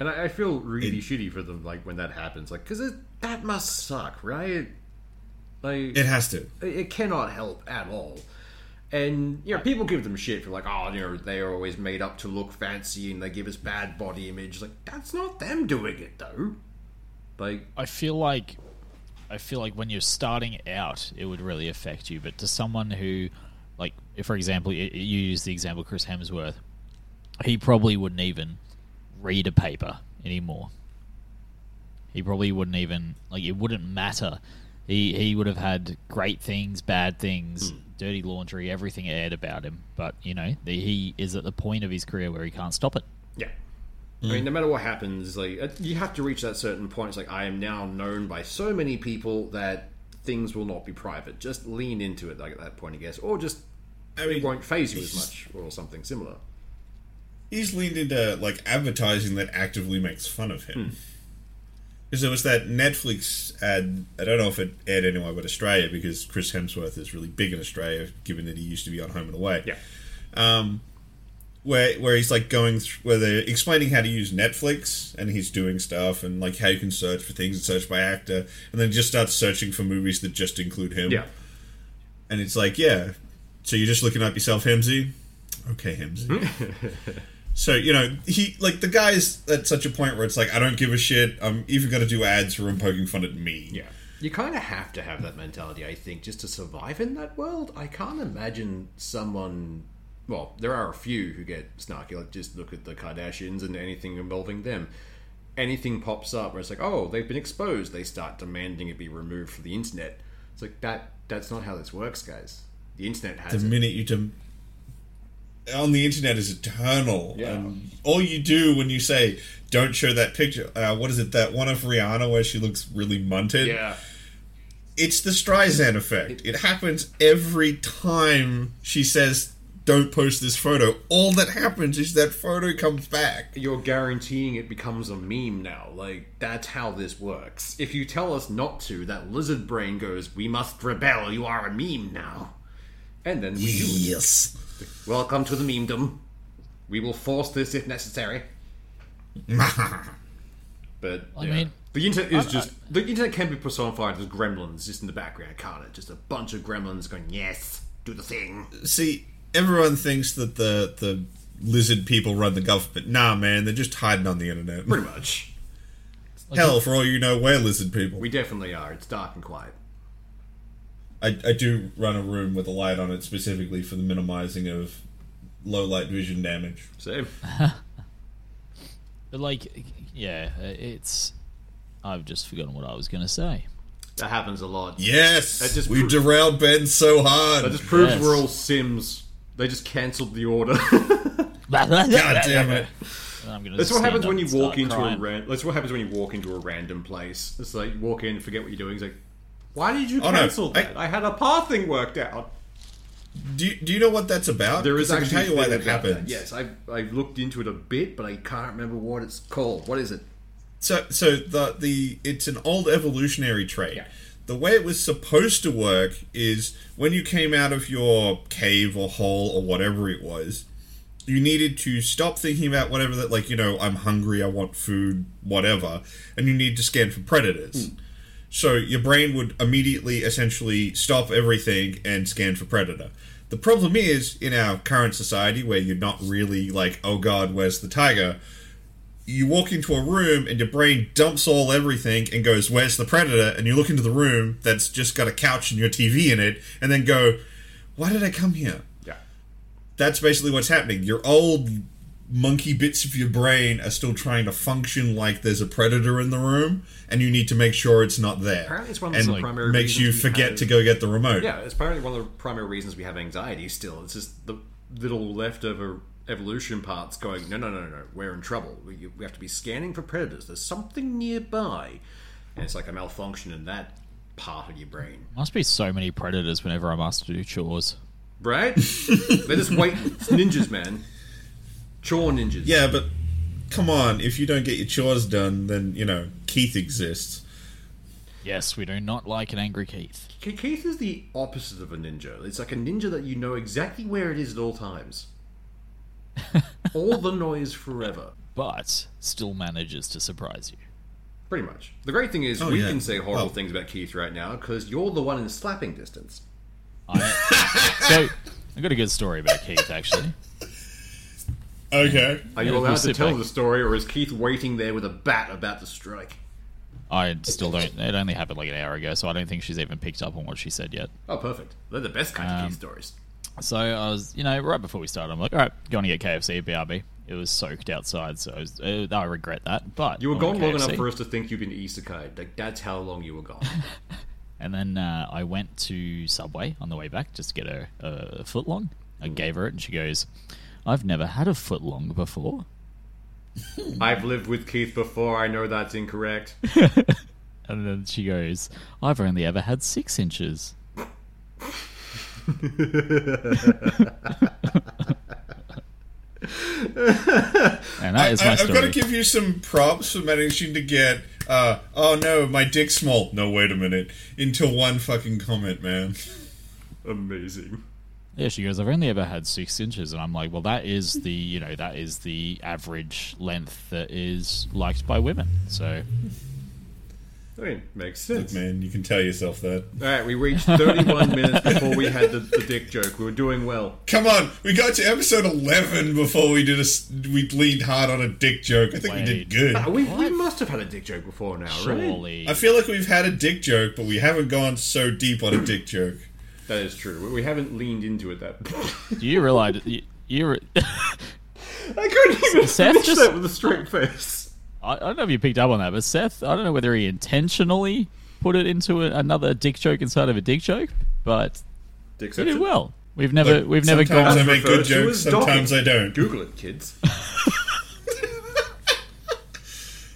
S1: And I, I feel really shitty for them, like, when that happens. Like, because that must suck, right? Like,
S3: it has to
S1: it it cannot help at all. And you know, people give them shit for like, oh, you know, they are always made up to look fancy and they give us bad body image. Like that's not them doing it though. Like
S2: I feel like I feel like when you're starting out, it would really affect you. But to someone who, like, if for example, you, you use the example of Chris Hemsworth, he probably wouldn't even read a paper anymore. He probably wouldn't even like it wouldn't matter. He he would have had great things, bad things, dirty laundry, everything aired about him. But you know, the, he is at the point of his career where he can't stop it.
S1: Yeah. I mean, no matter what happens, like uh, you have to reach that certain point. It's like I am now known by so many people that things will not be private. Just lean into it, like at that point, I guess, or just
S3: I
S1: it
S3: mean,
S1: won't phase you as
S3: he's-
S1: much, or something similar.
S3: he's leaned into like advertising that actively makes fun of
S1: Hmm.
S3: him. Because there was that Netflix ad. I don't know if it aired anywhere but Australia, because Chris Hemsworth is really big in Australia, given that he used to be on Home and Away. Um,
S1: Yeah.
S3: Where, where he's like going through, where they're explaining how to use Netflix and he's doing stuff and like how you can search for things and search by actor and then just starts searching for movies that just include him.
S1: Yeah.
S3: And it's like, yeah. So you're just looking up yourself, Hemsy? Okay, Hemsy.
S1: Hmm.
S3: *laughs* so, you know, he like the guy's at such a point where it's like, I don't give a shit. I'm even gonna do ads or I'm poking fun at me.
S1: Yeah. You kind of have to have that mentality, I think, just to survive in that world. I can't imagine someone. Well, there are a few who get snarky. Like, just look at the Kardashians and anything involving them. Anything pops up where it's like, oh, they've been exposed. They start demanding it be removed from the internet. It's like that. That's not how this works, guys. The internet
S3: The
S1: has it.
S3: minute you dem- on the internet is eternal.
S1: Yeah.
S3: And all you do when you say, don't show that picture, uh, what is it, that one of Rihanna where she looks really munted?
S1: Yeah.
S3: It's the Streisand effect. It happens every time she says, don't post this photo. All that happens is that photo comes back.
S1: You're guaranteeing it becomes a meme now. Like, that's how this works. If you tell us not to, that lizard brain goes, we must rebel. You are a meme now. And then we do it.
S3: Yes.
S1: Welcome to the memedom. We will force this if necessary. But
S2: I
S1: yeah.
S2: mean-
S1: the internet is
S2: I-
S1: just the internet can be personified as gremlins just in the background, can't it? Just a bunch of gremlins going, "Yes, do the thing."
S3: *laughs* See, everyone thinks that the, the lizard people run the government. Nah, man, they're just hiding on the internet.
S1: Pretty much,
S3: Hell, for all you know, we're lizard people.
S1: we definitely are. It's dark and quiet.
S3: I, I do run a room with a light on it specifically for the minimizing of low light vision damage.
S1: So
S2: But like, yeah, uh, it's. I've just forgotten what I was going to say.
S1: that happens a lot.
S3: Yes,
S1: That just
S3: we
S1: pro-
S3: derailed Ben so hard.
S1: That just proves
S2: Yes.
S1: we're all Sims. They just cancelled the order. *laughs*
S2: *laughs* God
S3: God damn it!
S2: I'm gonna
S1: That's what
S2: stand
S1: happens
S2: up
S1: when you
S2: and
S1: walk
S2: start
S1: into a
S2: crying.
S1: ran- that's what happens when you walk into a random place. It's like you walk in, forget what you're doing. It's like, why did you
S3: Oh, no.
S1: cancel
S3: I-
S1: that? I had a pathing worked out.
S3: Do you, do you know what that's about?
S1: There is
S3: 'Cause I
S1: actually
S3: can tell you why
S1: a
S3: that
S1: thing about
S3: happens.
S1: Yes, I've, I've looked into it a bit, but I can't remember what it's called. What is it?
S3: So so the the it's an old evolutionary trait.
S1: Yeah.
S3: The way it was supposed to work is when you came out of your cave or hole or whatever it was, you needed to stop thinking about whatever that like you know I'm hungry, I want food, whatever, and you need to scan for predators. So your brain would immediately essentially stop everything and scan for predator. The problem is in our current society where you're not really like oh god, where's the tiger? you walk into a room and your brain dumps all everything and goes, "Where's the predator?" And you look into the room that's just got a couch and your TV in it, and then go, "Why did I come here?"
S1: Yeah.
S3: That's basically what's happening. Your old monkey bits of your brain are still trying to function like there's a predator in the room, and you need to make sure it's not there.
S1: Apparently it's one of
S3: and
S1: the primary
S3: makes you
S1: reasons we
S3: forget
S1: have-
S3: to go get the remote.
S1: Yeah, it's apparently one of the primary reasons we have anxiety still. It's just the little leftover evolution parts going, no, no, no, no, no, we're in trouble. We, we have to be scanning for predators. There's something nearby. And it's like a malfunction in that part of your brain.
S2: Must be so many predators whenever I'm asked to do chores.
S1: Right? They're just white ninjas, man. Chore ninjas.
S3: Yeah, but come on, if you don't get your chores done, then you know Keith exists.
S2: Yes, we do not like an angry Keith.
S1: Ke- Keith is the opposite of a ninja. It's like a ninja that you know exactly where it is at all times. all the noise forever.
S2: But still manages to surprise you.
S1: Pretty much. The great thing is,
S3: Oh,
S1: we
S3: yeah.
S1: can say horrible
S3: Oh.
S1: things about Keith right now because you're the one in slapping distance.
S2: *laughs* So, I've got a good story about Keith, actually.
S3: Okay.
S1: Are you
S2: Yeah, we'll
S1: allowed to
S2: sit
S1: tell
S2: back.
S1: the story, or is Keith waiting there with a bat about to strike?
S2: I still don't. It only happened like an hour ago, so I don't think she's even picked up on what she said yet.
S1: Oh, perfect. They're the best kind of
S2: Um,
S1: Keith stories.
S2: So I was, you know, right before we started, I'm like, all right, going to get KFC at BRB. It was soaked outside, so I, was, uh, I regret that. But
S1: You were
S2: I
S1: gone
S2: went to
S1: long enough
S2: KFC.
S1: for us to think you've been isekai. Like, that's how long you were gone. *laughs*
S2: And then uh, I went to Subway on the way back just to get a, a foot long. I
S1: Hmm.
S2: gave her it, and she goes, I've never had a foot long before.
S1: I've lived with Keith before. I know that's
S2: *laughs*
S1: incorrect.
S2: And then she goes, I've only ever had
S1: *laughs*
S2: six inches. *laughs* and that is my
S3: I, I've got to
S2: story.
S3: give you some props for managing to get. Uh, oh no, my dick's small. No, wait a minute. Into one fucking comment, man.
S1: Amazing.
S2: Yeah, she goes, I've only ever had six inches. And I'm like, well, that is the, you know, that is the average length that is liked by women. So
S1: I mean, makes
S3: Look,
S1: sense.
S3: man, you can tell yourself that.
S1: All right, we reached
S2: *laughs*
S1: 31 minutes before we had the, the dick joke. We were doing well.
S3: Come on, we got to episode eleven before we did a. s- We leaned hard on a dick joke. I think we
S2: Wait.
S3: did good.
S1: Ah, We, we must have had a dick joke before now,
S3: Oh,
S1: right?
S2: surely.
S3: I feel like we've had a dick joke, but we haven't gone so deep on a dick joke.
S1: That is true. We- We haven't leaned into it that. *laughs*
S2: Do you realize. You, you re- *laughs*
S1: I couldn't even
S2: Seth
S1: finish
S2: just-
S1: that with a straight face.
S2: I, I don't know if you picked up on that, but Seth, I don't know whether he intentionally put it into a, another dick joke inside of a dick joke, but
S1: Dick
S2: he did well. We've never,
S3: Look,
S2: we've never
S3: sometimes I
S2: gone.
S3: make good
S1: referred to
S3: jokes,
S1: as docking.
S3: sometimes I don't.
S1: Google it, kids.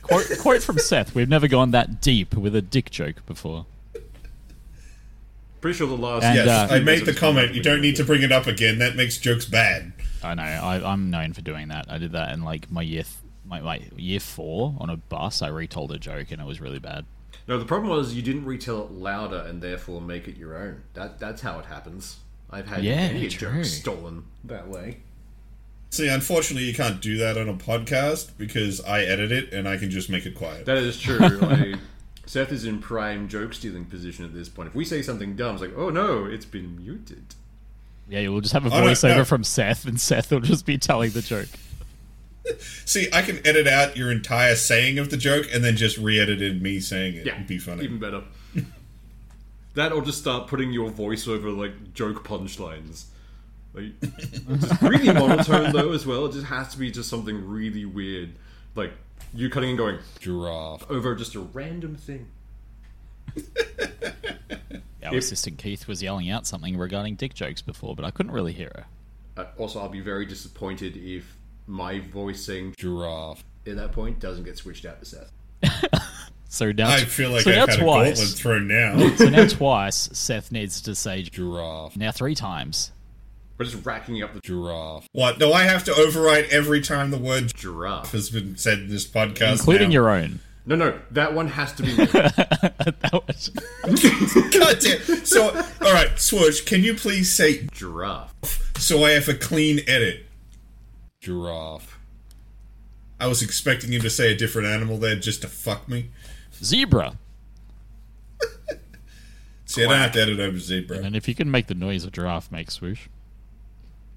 S2: Quote, quote from Seth: We've never gone that deep with a dick joke before.
S1: Pretty sure the last.
S2: And,
S3: Yes,
S2: uh,
S3: I made the comment. You don't need to bring it up again. That makes jokes bad.
S2: I know. I, I'm known for doing that. I did that in like my year, th- my, my year four on a bus. I retold a joke and it was really bad.
S1: No, the problem was you didn't retell it louder and therefore make it your own. That that's how it happens. I've had
S2: Yeah,
S1: many a joke
S2: true.
S1: stolen that way.
S3: See, unfortunately, you can't do that on a podcast because I edit it and I can just make it quiet.
S1: That is true. *laughs* like, Seth is in prime joke stealing position at this point. If we say something dumb, it's like, oh no, it's been muted.
S2: Yeah, we'll just have a
S3: I don't
S2: voiceover
S3: know.
S2: from Seth, and *laughs* Seth will just be telling the joke.
S3: See, I can edit out your entire saying of the joke and then just re-edit in me saying it.
S1: Yeah,
S3: It'd be funny.
S1: Even better. *laughs* that or just start putting your voice over like joke punchlines. Like, *laughs* just really monotone though as well. It just has to be just something really weird, like you cutting and going
S3: Giraffe.
S1: over just a random thing.
S2: Our assistant Keith was yelling out something regarding dick jokes before, but I couldn't really hear her.
S1: Uh, also, I'll be very disappointed if my voice saying
S3: Giraffe.
S1: at that point doesn't get switched out to Seth.
S2: So now,
S3: I feel like
S2: so
S3: I've
S2: now
S3: had a gauntlet
S2: twice.
S3: thrown now.
S2: so now twice, Seth needs to say
S3: Giraffe.
S2: now three times.
S1: We're just racking up the
S3: Giraffe. *laughs* What? Do I have to overwrite every time the word
S1: giraffe.
S3: giraffe has been said in this podcast?
S2: including
S3: now?
S2: your own. *laughs*
S1: No, no, that one has to be. *laughs* me.
S2: That was-
S3: *laughs* God damn. So, all right, Swoosh, can you please say
S1: giraffe. *laughs*
S3: so I have a clean edit? Giraffe. I was expecting him to say a different animal there just to fuck me.
S2: zebra.
S3: See, I don't have to edit over zebra.
S2: And if you can make the noise a giraffe makes swoosh,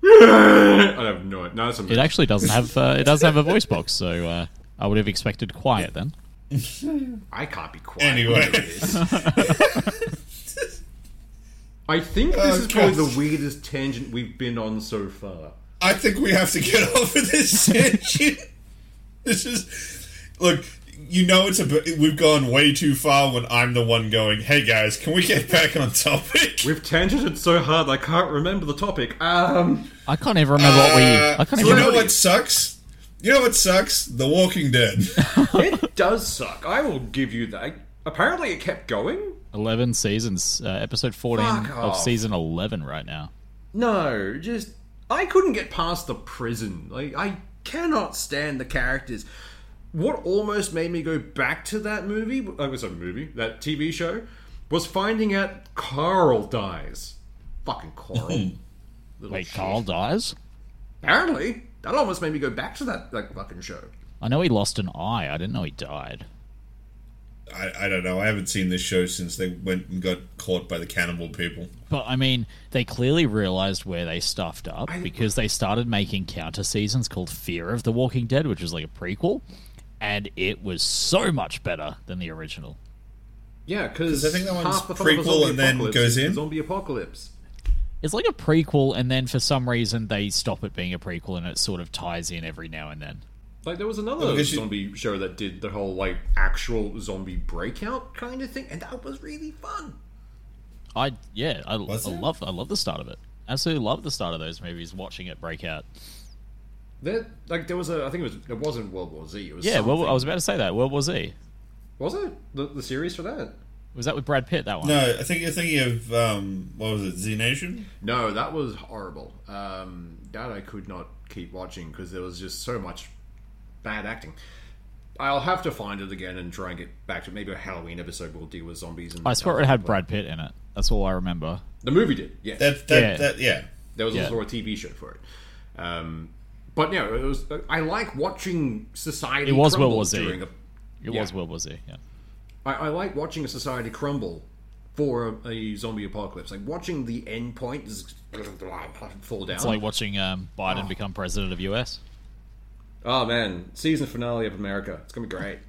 S1: I have no. No, that's a
S2: it actually doesn't have uh, it doesn't have a voice box. So uh, I would have expected quiet then.
S1: I can't be quiet.
S2: *laughs*
S3: Anyway.
S1: I think this
S3: Oh,
S1: is probably
S3: God.
S1: Oh, the weirdest tangent we've been on so far.
S3: I think we have to get *laughs* off of this tangent. this is look. You know, it's a bit- we've gone way too far when I'm the one going. Hey guys, can we get back on topic?
S1: We've tangented so hard I can't remember the topic. Um,
S2: I can't even remember what we.
S3: Uh,
S2: I can't
S3: you
S2: even.
S3: know what sucks? You know what sucks? The Walking Dead.
S2: *laughs*
S1: it does suck. I will give you that. Apparently, it kept going.
S2: Eleven seasons, uh, episode fourteen
S1: Fuck
S2: of
S1: off.
S2: season eleven, right now.
S1: No, just I couldn't get past the prison. Like I cannot stand the characters. What almost made me go back to that movie, uh, it was a movie, that TV show, was finding out Carl dies. Fucking Carl. Little
S2: Wait,
S1: shit.
S2: Carl dies.
S1: Apparently, that almost made me go back to that like fucking show.
S2: I know he lost an eye. I didn't know he died.
S3: I, I don't know. I haven't seen this show since they went and got caught by the cannibal people.
S2: But I mean, they clearly realized where they stuffed up because they started making counter seasons called Fear of the Walking Dead, which was like a prequel, and it was so much better than the original.
S1: Yeah, because
S3: I think that one's
S1: half the fun of a
S3: prequel
S1: zombie
S3: and then
S1: apocalypse
S3: goes
S1: is the
S3: in.
S1: zombie apocalypse.
S2: It's like a prequel, and then for some reason they stop it being a prequel, and it sort of ties in every now and then.
S1: Like there was another
S3: because you-
S1: zombie show that did the whole like actual zombie breakout kind of thing, and that was really fun.
S2: I yeah, I, I
S3: Was it?
S2: love I love the start of it. Absolutely love the start of those movies. Watching it break out.
S1: There, like there was a, I think it was, it wasn't World War Z. It was
S2: Yeah, well, I
S1: something.
S3: uh,
S2: was about to say that. World War Z
S1: was it the, the series for that?
S2: was that with Brad Pitt? That one.
S3: No, I think you're thinking of um, what was it? Z Nation.
S1: No, that was horrible. Um, that I could not keep watching because there was just so much bad acting. I'll have to find it again and try and get back to it. maybe a Halloween episode. We'll deal with zombies. And
S2: I swear it had Brad Pitt in it. That's all I remember.
S1: The movie did. Yeah,
S3: That that
S2: Yeah.
S3: yeah. that yeah.
S1: There was
S2: Yeah.
S1: also a TV show for it. Um, but no, it was. I like watching society.
S2: It was
S1: crumble
S2: World War Z.
S1: during a-
S2: It
S1: Yeah.
S2: was World War Z. Yeah.
S1: I, I like watching a society crumble for a, a zombie apocalypse. Like watching the end point z- *laughs* fall down.
S2: It's like watching um, Biden become president of US.
S1: oh man, season finale of America. It's gonna be great.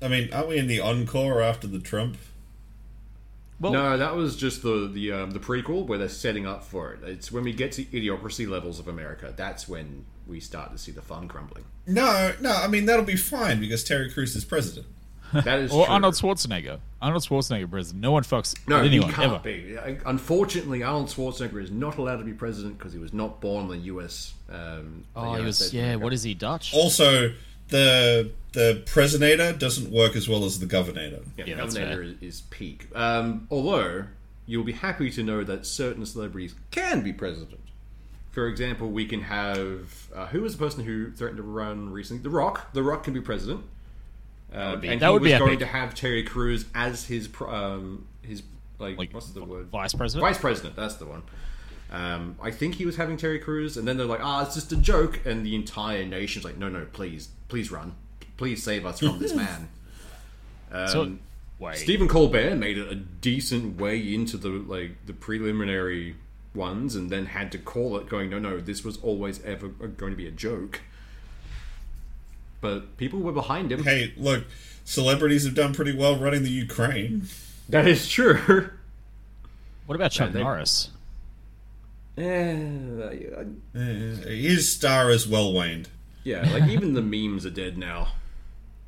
S3: I mean, aren't we in the encore after the Trump?
S2: Well-
S1: no, that was just the the um, the prequel where they're setting up for it. It's when we get to idiocracy levels of America. That's when we start to see the fun
S2: *laughs*
S1: crumbling.
S3: No, no. I mean, that'll be fine because Terry Crews is president.
S1: That is
S2: Or
S1: true.
S2: Arnold Schwarzenegger. Arnold Schwarzenegger president. No one fucks
S1: No,
S2: with anyone
S1: he can't
S2: ever.
S1: be. I- Unfortunately, Arnold Schwarzenegger is not allowed to be president because he was not born in the U.S. Um, the
S2: Oh, he
S1: United
S2: was.
S1: States of
S2: Yeah.
S1: America. Oh.
S2: What is he Dutch?
S3: Also, the the presidentator doesn't work as well as the governator.
S1: Yeah,
S2: Yeah, that's
S1: Governator is, is peak. Um, although you'll be happy to know that certain celebrities can be president. For example, we can have uh, who was the person who threatened to run recently? The Rock. The Rock can be president. Um, that would
S2: be-
S1: and
S2: that
S1: he
S2: would be
S1: was
S2: epic.
S1: going to have Terry Crews as his pr- um, his like,
S2: Like,
S1: what's the word
S2: Vice president.
S1: vice president. That's the one. Um, I think he was having Terry Crews, and then they're like, "Ah, it's just a joke," and the entire nation's like, "No, no, please, please run, please save us from
S2: *laughs*
S1: this man." Um,
S2: so, wait.
S1: Stephen Colbert made it a decent way into the like the preliminary ones, and then had to call it, going, "No, no, this was always ever going to be a joke." But people were behind him.
S3: Hey, look, celebrities have done pretty well running the Ukraine.
S1: That is true.
S2: what about Chuck
S1: they-
S2: Norris?
S1: Eh,
S3: Uh, His star is well waned.
S1: yeah, like even the memes are dead now.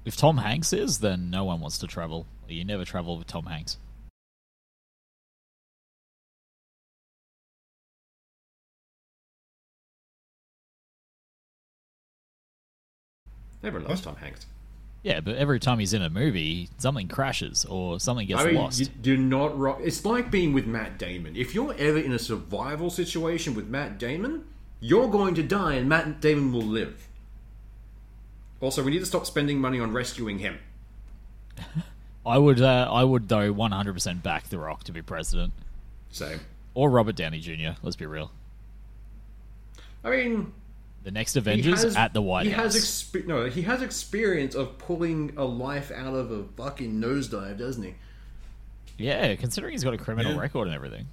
S2: If Tom Hanks is, then no one wants to travel. You never travel with Tom Hanks.
S1: Everyone loves Tom Hanks.
S2: Yeah, but every time he's in a movie, something crashes or something gets
S1: I mean,
S2: lost.
S1: You, you're not wrong. It's like being with Matt Damon. If you're ever in a survival situation with Matt Damon, you're going to die, and Matt Damon will live. Also, we need to stop spending money on rescuing him.
S2: I would, uh, I would though, one hundred percent back The Rock to be president
S1: So,
S2: or Robert Downey Jr. Let's be real.
S1: I mean,
S2: The next
S1: he
S2: Avengers
S1: has-
S2: at the White
S1: he
S2: House.
S1: Has expe- no, he has experience of pulling a life out of a fucking nosedive, doesn't he?
S2: yeah, considering he's got a criminal
S3: Yeah.
S2: record and everything.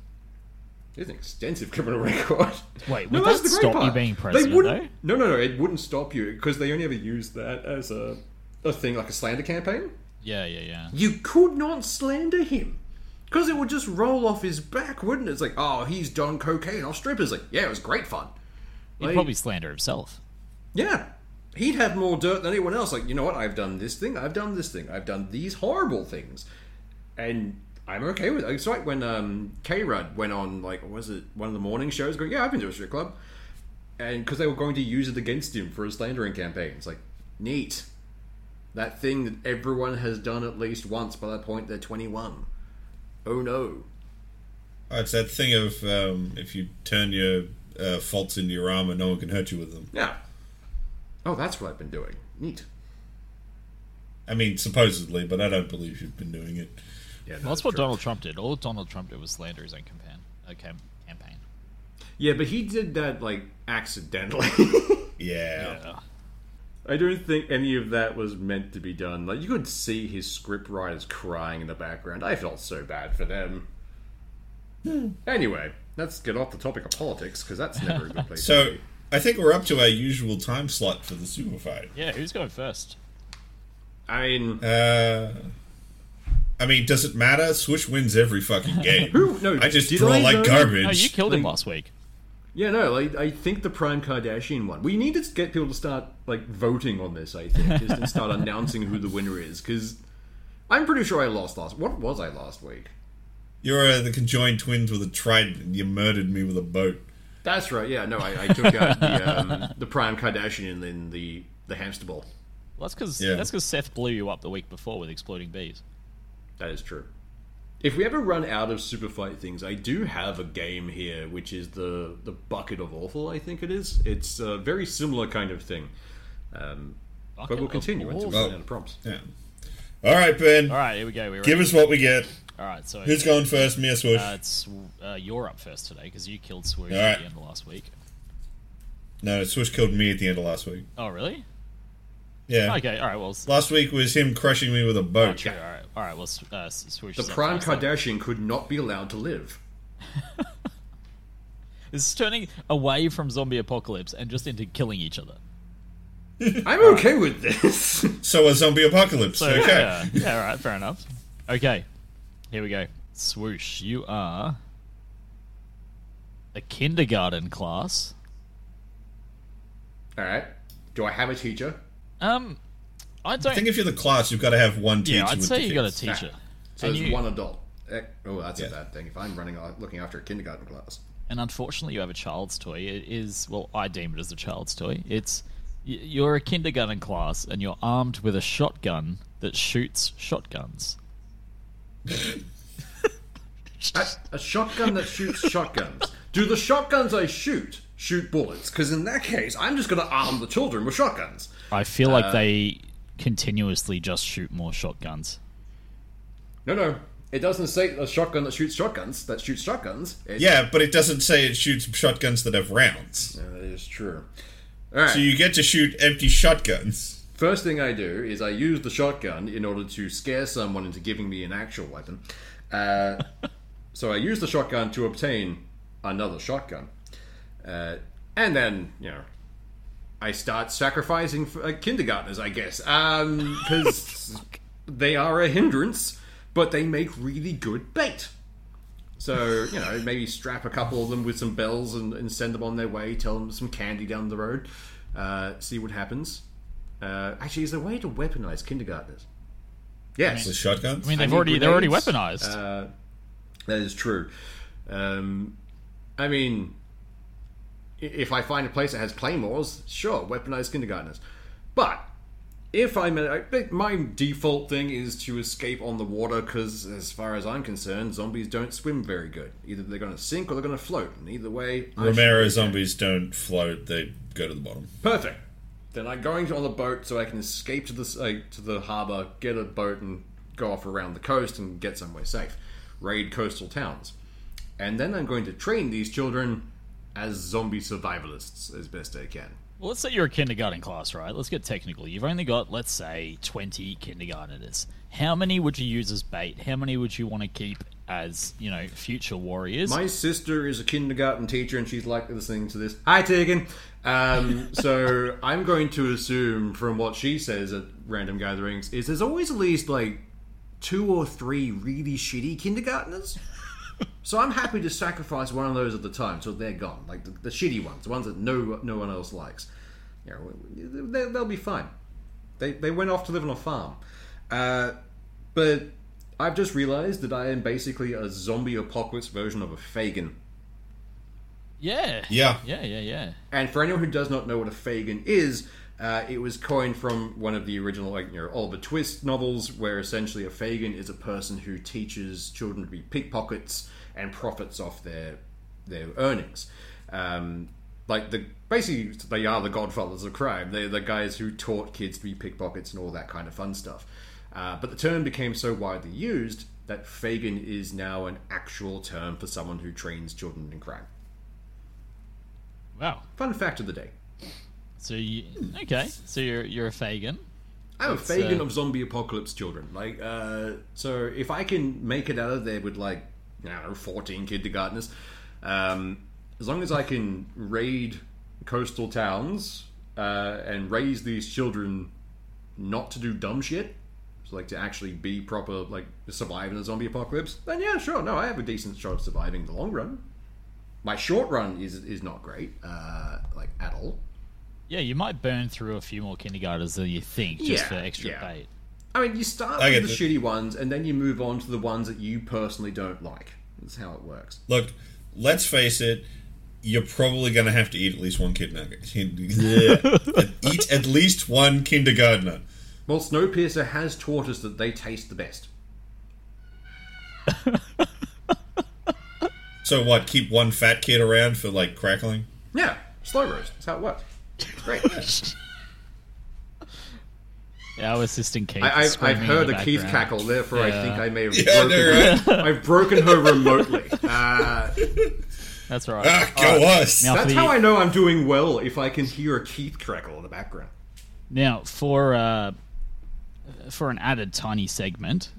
S1: He has an extensive criminal *laughs* record.
S2: Wait,
S1: No,
S2: would
S1: that's
S2: that
S1: the great
S2: stop you
S1: part.
S2: being
S1: They
S2: president
S1: wouldn't- No, no, no. It wouldn't stop you because they only ever use that as a, a thing like a slander campaign.
S2: though? Yeah, yeah, yeah.
S1: You could not slander him. Because it would just roll off his back, wouldn't it? It's like, oh, he's done cocaine off strippers. Like, yeah, it was great fun.
S2: He'd
S1: Like-
S2: probably slander himself.
S1: Yeah. He'd have more dirt than anyone else. Like, you know what? I've done this thing. I've done this thing. I've done these horrible things. And I'm okay with it. It's like when um, K Rudd went on, like, what was it one of the morning shows going, yeah, I've been to a strip club. And because they were going to use it against him for his slandering campaign. It's like, neat. That thing that everyone has done at least once by that point, they're 21. Oh no.
S3: Oh, it's that thing of um, if you turn your uh, faults into your armor, no one can hurt you with them.
S1: Yeah. Oh, that's what I've been doing. Neat.
S3: I mean, supposedly, but I don't believe you've been doing it.
S1: Yeah,
S2: Well,
S1: no,
S2: that's what
S1: true.
S2: Donald Trump did. All Donald Trump did was slander his own campaign. Okay, campaign.
S1: Yeah, but he did that, like, accidentally. *laughs*
S3: Yeah.
S2: Yeah.
S1: I don't think any of that was meant to be done. Like you could see his script writers crying in the background. I felt so bad for them. Hmm. Anyway, let's get off the topic of politics because that's never a good place. to
S3: So
S1: be.
S3: I think we're up to our usual time slot for the super fight.
S2: Yeah, who's going first?
S1: *laughs* I mean,
S3: Uh, I mean, does it matter? Swish wins every
S2: *laughs*
S3: fucking game.
S1: Who- no,
S3: I just
S1: did
S3: draw
S1: I,
S3: like
S1: though?
S3: garbage.
S2: No, you killed him
S1: like-
S2: last week.
S1: yeah, no, like I think the Prime Kardashian one. We need to get people to start like voting on this. I think just and
S3: *laughs*
S1: start announcing who the winner is because I'm pretty sure I lost last. What was I last week?
S3: You're uh, the conjoined twins with a trident. You murdered me with a boat.
S1: That's right. Yeah, no, I, I took out the,
S2: *laughs*
S1: um, the Prime Kardashian in the the hamster ball.
S2: Well, that's because
S3: Yeah.
S2: that's because Seth blew you up the week before with exploding bees.
S1: That is true. If we ever run out of super fight things, I do have a game here, which is the the bucket of awful. I think it is. It's a very similar kind of thing, but
S2: Bucket
S1: we'll
S2: of
S1: continue until
S2: balls.
S1: we run out of prompts.
S3: Yeah. All right, Ben.
S2: All right, here we go. We're
S3: Give
S2: ready.
S3: us what we get.
S2: All right, so
S3: Who's going first, me or Swoosh?
S2: uh, it's uh, you're up first today because you killed Swoosh
S3: All
S2: at
S3: right.
S2: the end of last week.
S3: no, Swoosh killed me at the end of last week.
S2: Oh, really?
S3: Yeah.
S2: Okay. All right. Well, s-
S3: Last week was him crushing me with a boat.
S2: oh, true. All right. All right. Well, s- uh, s- Swoosh.
S1: The
S2: is up
S1: Prime
S2: first.
S1: Kardashian could not be allowed to
S2: *laughs*
S1: live.
S2: This is turning away from zombie apocalypse and just into killing each other.
S1: I'm okay with this. *laughs*
S3: So a zombie apocalypse.
S2: So
S3: okay.
S2: yeah, yeah, all right, fair enough. Okay, here we go. Swoosh, you are a kindergarten class.
S1: All right. Do I have a teacher?
S2: Um, I don't.
S3: I think if you're the class, you've got to have one teacher.
S2: yeah, I'd
S3: with
S2: say
S3: the
S2: you got a
S3: kids.
S2: teacher,
S1: So
S2: And
S1: there's
S2: you-
S1: one adult. Eh, Oh, that's
S3: Yeah.
S1: a bad thing. If I'm running out looking after a kindergarten class,
S2: and unfortunately, you have a child's toy. It is well, I deem it as a child's toy. It's y- you're a kindergarten class, and you're armed with a shotgun that shoots shotguns.
S1: a, a shotgun that shoots shotguns. Do the shotguns I shoot shoot bullets? Because in that case, I'm just going to arm the children with shotguns.
S2: I feel like they continuously just shoot more shotguns.
S1: No, no. It doesn't say a shotgun that shoots shotguns that shoots shotguns. It's,
S3: Yeah, but it doesn't say it shoots shotguns that have rounds.
S1: that is uh, true. All right.
S3: So you get to shoot empty shotguns.
S1: First thing I do is I use the shotgun in order to scare someone into giving me an actual weapon. Uh, so I use the shotgun to obtain another shotgun, uh, and then you know. I start sacrificing for, uh, kindergartners, I guess, because they are a hindrance, but they make really good bait. So, you know, maybe strap a couple of them with some bells and, and send them on their way, tell them some candy down the road, uh, see what happens. Uh, actually, is there a way to weaponize kindergartners? Yes.
S3: The shotguns.
S2: I mean,
S1: I
S2: they've
S1: need
S2: already they're already
S1: grenades.
S2: weaponized.
S1: Uh, that is true. Um, I mean, i- if I find a place that has claymores, sure, weaponize kindergartners. But if I'm, a, I think my default thing is to escape on the water because, as far as I'm concerned, zombies don't swim very good. Either they're going to sink or they're going to float, and either way, I should-
S3: Romero zombies don't float; they go to the bottom.
S1: perfect. Then I'm going on the boat so I can escape to the uh, to the harbor, get a boat, and go off around the coast and get somewhere safe. Raid coastal towns, and then I'm going to train these children as zombie survivalists as best I can.
S2: Well, let's say you're a kindergarten class, right? Let's get technical. You've only got, let's say, 20 kindergarteners. How many would you use as bait? How many would you want to keep as, you know, future warriors?
S1: My sister is a kindergarten teacher, and she's likely listening to this. Hi, Tegan. Um, so I'm going to assume from what she says at random gatherings is there's always at least like two or three really shitty kindergartners. so I'm happy to sacrifice one of those at the time till they're gone, like the, the shitty ones, the ones that no no one else likes. You know, they, they'll be fine. They they went off to live on a farm, uh, but I've just realised that I am basically a zombie apocalypse version of a Fagin.
S2: Yeah.
S3: Yeah.
S2: Yeah, yeah, yeah.
S1: And for anyone who does not know what a Fagin is, uh, it was coined from one of the original, like you know, Oliver Twist novels, where essentially a Fagin is a person who teaches children to be pickpockets and profits off their their earnings. Um, like the basically, they are the godfathers of crime. They're the guys who taught kids to be pickpockets and all that kind of fun stuff. Uh, but the term became so widely used that Fagin is now an actual term for someone who trains children in crime.
S2: Wow.
S1: Fun fact of the day.
S2: So you okay? So you're you're a Fagin.
S1: I'm a
S2: It's,
S1: Fagin
S2: uh,
S1: of zombie apocalypse children. Like, uh, so if I can make it out of there with like, I don't know, 14 kindergartners, um, as long as I can raid coastal towns uh, and raise these children not to do dumb shit, so like to actually be proper, like survive in a zombie apocalypse, then yeah, sure, no, I have a decent shot of surviving the long run. My short run is is not great, uh, like at all.
S2: Yeah, you might burn through a few more kindergartners than you think just
S1: Yeah,
S2: for extra
S1: yeah.
S2: bait.
S1: I mean, you start
S3: I
S1: with the
S3: get
S1: shitty ones, and then you move on to the ones that you personally don't like. That's how it works.
S3: Look, let's face it. You're probably going to have to eat *laughs* at least one kidnapper. eat at least one kindergartner.
S1: Well, Snowpiercer has taught us that they taste the best.
S3: So what? Keep one fat kid around for like crackling.
S1: Yeah, slow roast. That's how it works.
S2: *laughs*
S1: Great.
S2: Our assistant Keith.
S1: I,
S2: is
S1: I've, I've
S2: screaming in
S1: heard
S2: the
S1: a Keith
S2: background.
S1: cackle, therefore I think
S2: Yeah.
S1: I may have
S3: Yeah, I
S1: broken.
S3: know, right?
S1: I've broken her
S2: *laughs*
S1: remotely. Uh,
S2: That's right.
S3: Ah, go us.
S2: Uh, Now-
S1: that's
S2: Please.
S1: how I know I'm doing well if I can hear a Keith crackle in the background.
S2: Now, for uh, for an added tiny segment,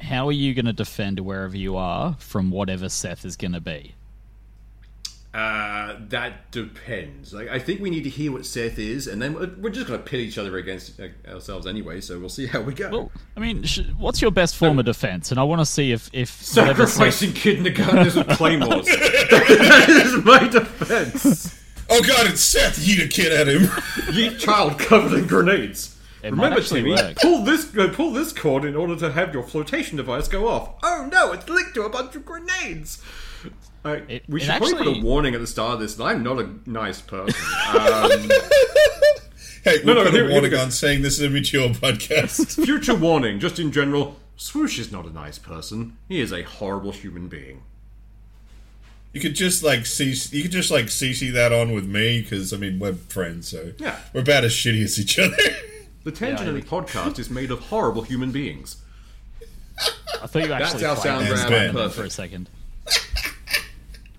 S2: how are you going to defend wherever you are from whatever Seth is going to be?
S1: Uh, that depends. Like, I think we need to hear what Seth is, and then we're- we're just going to pit each other against uh, ourselves anyway. So we'll see how we go.
S2: Well, I mean, sh- what's your best form of defense? And I want to see if if whatever Seth,
S1: Sacrificing kindergartners with
S2: *laughs*
S1: claymores. that is my defense.
S3: oh god, it's Seth. Eat a kid at him. *laughs*
S1: Ye child covered in grenades.
S2: It might
S1: Remember,
S2: actually
S1: Timmy,
S2: work.
S1: pull this uh, pull this cord in order to have your flotation device go off. Oh no, it's linked to a bunch of grenades. Uh,
S2: It-
S1: we
S2: it
S1: should probably put
S2: actually-
S1: a warning at the start of this that I'm not a nice person. Um,
S2: *laughs*
S3: hey, we
S1: no, here-
S3: put a
S1: here we
S3: warning
S1: go.
S3: on saying this is a
S1: *laughs*
S3: mature podcast.
S1: Future warning, just in general, Swoosh is not a nice person. He is a horrible human being.
S3: you could just like CC, you could just like CC that on with me because I mean we're friends, so
S1: Yeah.
S3: we're about as shitty as each other. *laughs*
S1: The Tangent
S2: Yeah, I-
S1: Alley podcast is made of horrible human beings.
S2: I thought you actually
S1: our
S2: played
S1: sound
S2: the
S3: round.
S2: Spider-Man
S1: Perfect.
S2: for a second.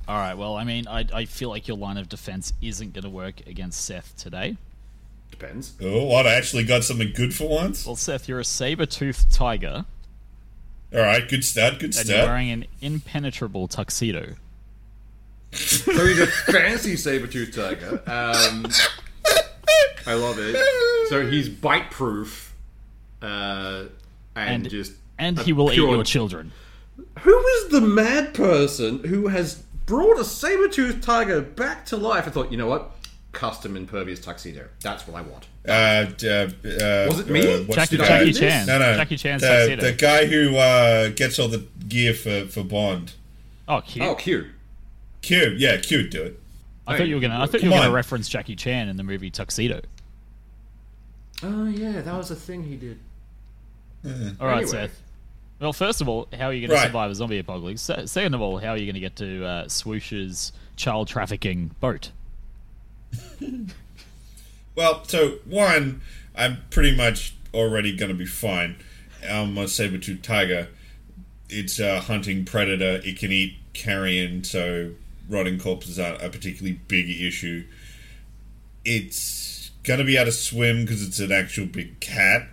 S2: All right. Well, I mean, I, I feel like your line of defense isn't going to work against Seth today.
S1: Depends.
S3: oh, what? I actually got something good for once.
S2: Well, Seth, you're a saber-toothed tiger,
S3: All right, good start,
S2: and
S3: good
S2: you're
S3: start.
S2: wearing an impenetrable tuxedo.
S1: So he's a fancy saber-toothed tiger. Um, I love it. So he's bite-proof, uh, and,
S2: And-
S1: just
S2: And
S1: a
S2: he will
S1: pure-
S2: eat your children.
S1: Who is the mad person who has brought a saber-toothed tiger back to life? I thought, you know what? Custom impervious tuxedo. That's what I want.
S3: Uh, d- uh, uh,
S1: Was it me?
S3: Uh, what's
S2: Jackie,
S3: the
S1: I do
S2: Jackie
S3: guy?
S1: this?
S2: Chan.
S3: No, no,
S2: Jackie Chan's
S3: the,
S2: tuxedo.
S3: the guy who uh, gets all the gear for, for Bond.
S2: oh, cute.
S1: Oh, cute.
S3: Q, yeah, Q, do it.
S2: I thought you were gonna. I thought you
S3: Come
S2: were gonna
S3: on.
S2: reference Jackie Chan in the movie Tuxedo.
S1: Oh yeah, that was a thing he did.
S2: All right,
S1: Anyway.
S2: Seth. Well, first of all, how are you going
S3: Right.
S2: to survive a zombie apocalypse? Se- Second of all, how are you going to get to uh, Swoosh's child trafficking boat?
S3: Well, so one, I'm pretty much already going to be fine. I'm a saber-toothed tiger. It's a hunting predator. It can eat carrion, so rotting corpses aren't a particularly big issue. It's going to be able to swim because it's an actual big cat.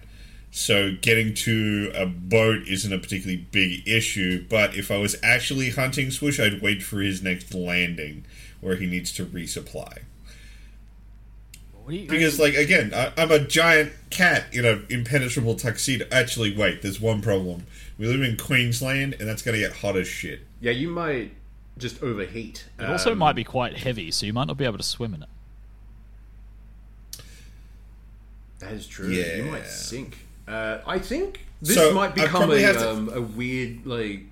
S3: So getting to a boat isn't a particularly big issue, but if I was actually hunting Swoosh, I'd wait for his next landing where he needs to resupply.
S2: What do you,
S3: Because, like, again, I, I'm a giant cat in a impenetrable tuxedo. Actually, wait, there's one problem. We live in Queensland, and that's going to get hot as shit.
S1: Yeah, you might just overheat.
S2: it also might be quite heavy, so you might not be able to swim in it.
S1: That is true.
S3: Yeah.
S1: You might sink. Uh, I think this
S3: So, I
S1: might become
S3: probably
S1: a,
S3: have to-
S1: um, a weird, like,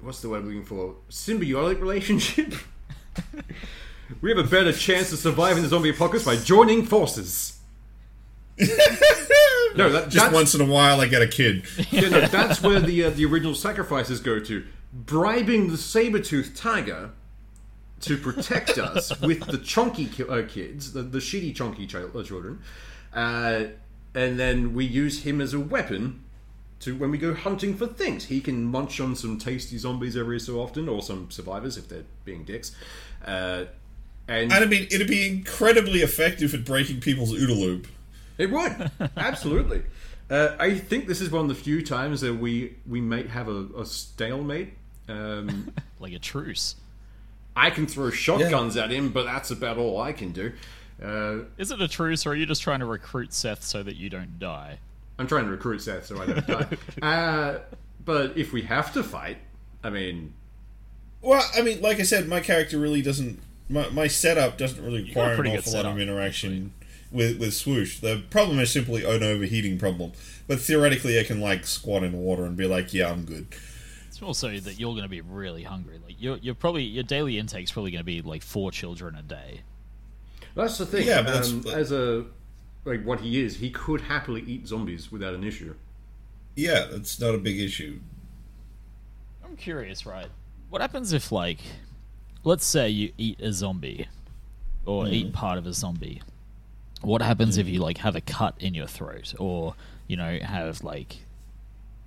S1: what's the word I'm looking for? Symbiotic relationship? *laughs* we have a better chance of surviving the zombie apocalypse by joining
S3: *laughs*
S1: forces. no, that,
S3: Just
S1: that's,
S3: once in a while, I get a kid.
S1: yeah, no, that's where the, uh, the original sacrifices go to. Bribing the saber-toothed tiger to protect us with the chunky ki- uh, kids, the, the shitty chunky chi- uh, children, uh, and then we use him as a weapon to when we go hunting for things. He can munch on some tasty zombies every so often, or some survivors if they're being dicks. Uh, and
S3: And I mean, it'd be incredibly effective at breaking people's OODA loop.
S1: It
S3: *laughs*
S1: would absolutely. Uh, I think this is one of the few times that we we might have a, a stalemate.
S3: *laughs*
S1: Um,
S2: Like a truce.
S1: I can throw shotguns at him, but that's about all I can do. Uh,
S2: Is it a truce, or are you just trying to recruit Seth so that you don't die?
S1: I'm trying to recruit Seth so I don't
S3: *laughs*
S1: die. Uh, but if we have to fight, I mean,
S3: Well, I mean, like I said, my character really doesn't. My, my setup doesn't really
S2: got a
S3: require an
S2: pretty good
S3: awful lot of
S2: setup,
S3: interaction with with swoosh. The problem is simply an overheating problem. But theoretically, I can like squat in water and be like, "Yeah, I'm good."
S2: It's also that you're going to be really hungry. Like you're, you're probably your daily intake's probably going to be like four children a day.
S1: that's the thing.
S3: Yeah, but that's-
S1: um, as a like what he is, he could happily eat zombies without an issue.
S3: Yeah, that's not a big issue.
S2: I'm curious, right? What happens if, like, let's say you eat a zombie or eat part of a zombie? What happens if you, like, have a cut in your throat or, you know, have, like,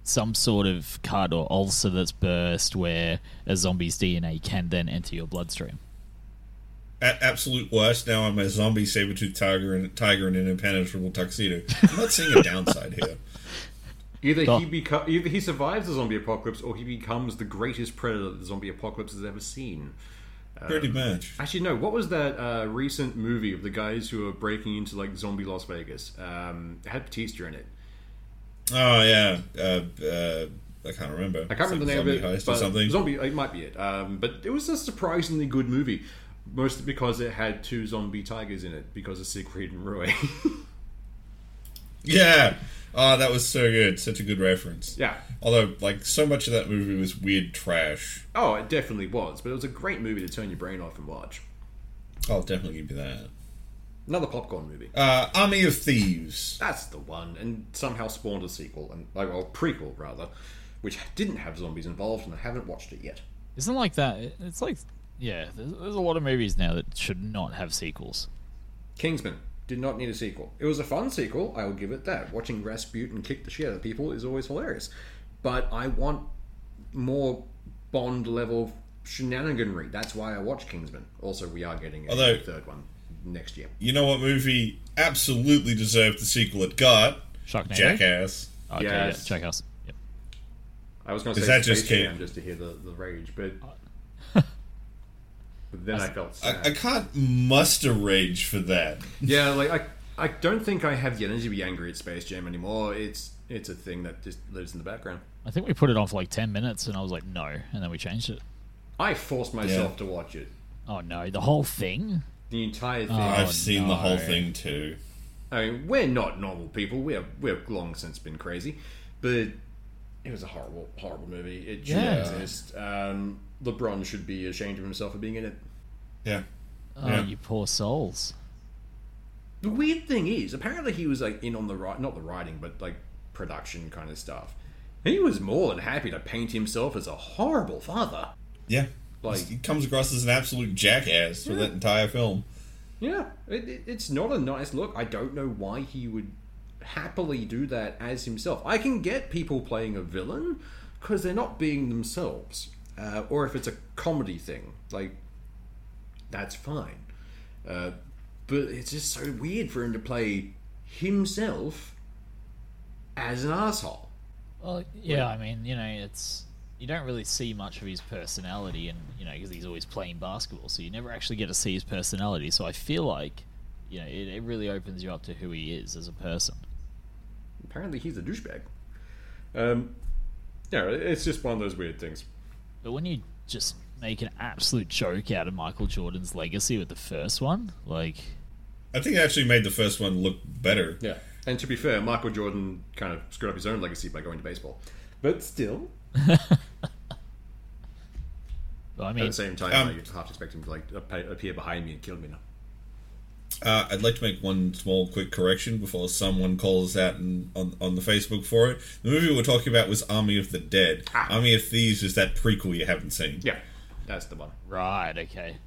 S2: some sort of cut or ulcer that's burst where a zombie's DNA can then enter your bloodstream?
S3: At absolute worst, now I'm a zombie saber-toothed tiger and tiger in an impenetrable tuxedo. I'm not seeing a
S1: *laughs*
S3: downside here.
S1: Either
S2: Duh.
S1: he beco- either he survives the zombie apocalypse, or he becomes the greatest predator the zombie apocalypse has ever seen. Um,
S3: Pretty much.
S1: Actually, no. What was that uh, recent movie of the guys who are breaking into like zombie Las Vegas? Um, it had Batista in it.
S3: Oh yeah, uh, uh, I can't remember.
S1: I can't remember the name of
S3: zombie
S1: it.
S3: Heist
S1: but
S3: or something.
S1: Zombie. It might be it. Um, but it was a surprisingly good movie, mostly because it had two zombie tigers in it because of Siegfried and Roy. *laughs*
S3: Yeah. Oh, that was so good. Such a good reference.
S1: yeah.
S3: Although, like, so much of that movie was weird trash.
S1: Oh, it definitely was. But it was a great movie to turn your brain off and watch.
S3: I'll definitely give you that.
S1: Another popcorn movie.
S3: Uh, Army of Thieves.
S1: That's the one, and somehow spawned a sequel, and like, well, prequel rather, which didn't have zombies involved, and I haven't watched it yet.
S2: Isn't like that? It's like, yeah, there's, there's a lot of movies now that should not have sequels.
S1: Kingsman did not need a sequel. It was a fun sequel, I will give it that. Watching Rasputin kick the shit out of people is always hilarious. But I want more Bond level shenaniganry. That's why I watch Kingsman. Also, we are getting a
S3: Although-
S1: third one next year.
S3: You know what movie absolutely deserved the sequel it got?
S1: Eh?
S2: Sharknado.
S3: Jackass.
S2: Okay,
S1: Yes.
S2: yeah, Jackass. Yep.
S1: I was going to
S3: Is
S1: say
S3: that
S1: Space
S3: just Kate?
S1: Jam just to hear the, the rage, but, *laughs* but then I felt sad.
S3: I, I can't muster rage for that.
S1: Yeah, like I, I don't think I have the energy to be angry at Space Jam anymore. It's it's a thing that just lives in the background.
S2: I think we put it on for like 10 minutes and I was like, no. And then we changed it.
S1: I forced myself to watch it,
S2: Oh, no. The whole thing?
S1: the entire thing.
S2: Oh,
S3: I've seen the whole
S2: no.
S3: thing too.
S1: I mean, we're not normal people. We're we're long since been crazy, but it was a horrible horrible movie. It shouldn't
S2: Yeah.
S1: exist. Um, LeBron should be ashamed of himself for being in it.
S3: Yeah.
S2: Oh,
S3: Yeah.
S2: you poor souls.
S1: The weird thing is, apparently he was like in on the right, not the writing, but like production kind of stuff. He was more than happy to paint himself as a horrible father.
S3: Yeah.
S1: Like-
S3: he comes across as an absolute jackass for that entire film.
S1: Yeah, it, it, it's not a nice look. I don't know why he would happily do that as himself. I can get people playing a villain because they're not being themselves, uh, or if it's a comedy thing, like that's fine. Uh, but it's just so weird for him to play himself as an asshole.
S2: Well, yeah, I mean, you know, it's. You don't really see much of his personality, and, you know, because he's always playing basketball, so you never actually get to see his personality. So I feel like you know, it, it really opens you up to who he is as a person.
S1: Apparently, he's a douchebag. Um, yeah, it's just one of those weird things.
S2: But when you just make an absolute joke out of Michael Jordan's legacy with the first one, like
S3: I think it actually made the first one look better.
S1: Yeah. And to be fair, Michael Jordan kind of screwed up his own legacy by going to baseball. But still,
S2: I
S1: at
S2: mean,
S1: the same time,
S3: Um,
S1: I half expect him to like appa- appear behind me and kill me now.
S3: Uh, I'd like to make one small quick correction before someone calls out and on, on the Facebook for it. The movie we're talking about was Army of the Dead.
S1: Ah.
S3: Army of Thieves is that prequel you haven't seen.
S1: Yeah, that's the one.
S2: right? Okay,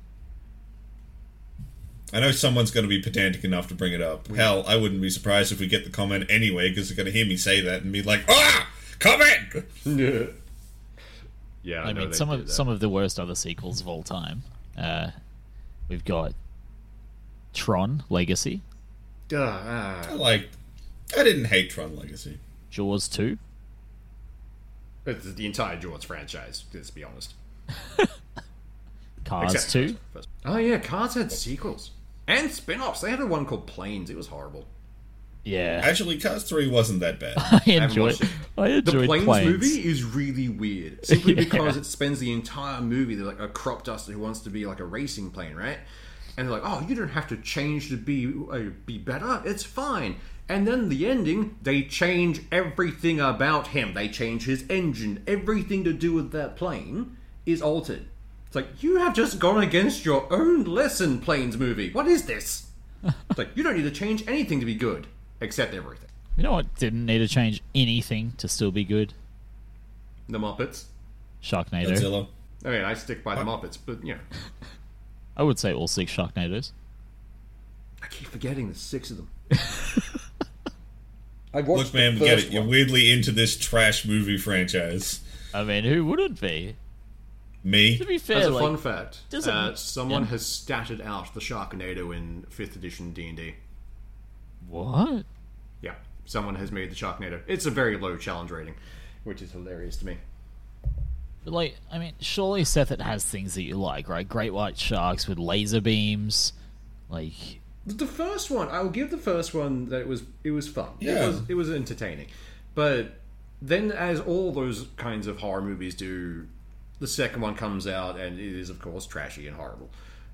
S3: I know someone's going to be pedantic enough to bring it up. Hell, I wouldn't be surprised if we get the comment anyway because they're going to hear me say that and be like, ah, comment!
S1: *laughs*
S3: *laughs*
S1: yeah, I,
S2: I,
S1: know
S2: mean,
S1: they
S2: some
S1: do
S2: of
S1: that.
S2: some of the worst other sequels of all time. Uh, we've got Tron Legacy,
S1: Ah, ah.
S3: I like, I didn't hate Tron Legacy.
S2: Jaws two,
S1: It's the entire Jaws franchise. Let's be honest.
S2: Cars
S1: Except
S2: two.
S1: first- Oh yeah, Cars had sequels and spin-offs. They had a one called Planes. It was horrible.
S2: Yeah,
S3: Actually, Cars 3 wasn't that bad.
S2: *laughs* I, enjoyed.
S1: watched it.
S2: I
S1: The
S2: enjoyed
S1: Planes,
S2: Planes.
S1: movie is really weird, simply
S2: *laughs* Yeah.
S1: because it spends the entire movie they're like a crop duster who wants to be like a racing plane, right? And they're like, "Oh, you don't have to change to be uh, be better. It's fine." And then the ending, they change everything about him. They change his engine, everything to do with that plane is altered. It's like you have just gone against your own lesson, Planes movie. What is
S2: *laughs*
S1: this? it's like you don't need to change anything to be good, except everything.
S2: You know what? Didn't need to change anything to still be good.
S1: The Muppets.
S2: Sharknado.
S3: Godzilla.
S1: I mean, I stick by the Muppets, but you know,
S2: I would say all six Sharknados.
S1: I keep forgetting there's six of them. I watched
S3: Look, man, we get it. You're weirdly into this trash movie franchise.
S2: I mean, who wouldn't be?
S3: Me?
S2: To be
S1: As
S2: fair,
S1: a
S2: like,
S1: fun fact,
S2: doesn't-
S1: uh, someone has statted out the Sharknado in fifth edition D and D.
S2: what?
S1: Yeah, someone has made the Sharknado. It's a very low challenge rating, which is hilarious to me.
S2: But like, I mean, surely Seth it has things that you like, right? Great white sharks with laser beams, like
S1: The first one, I will give the first one that it was it was fun. It
S3: Yeah.
S1: was it was entertaining. But then as all those kinds of horror movies do, the second one comes out and it is of course trashy and horrible.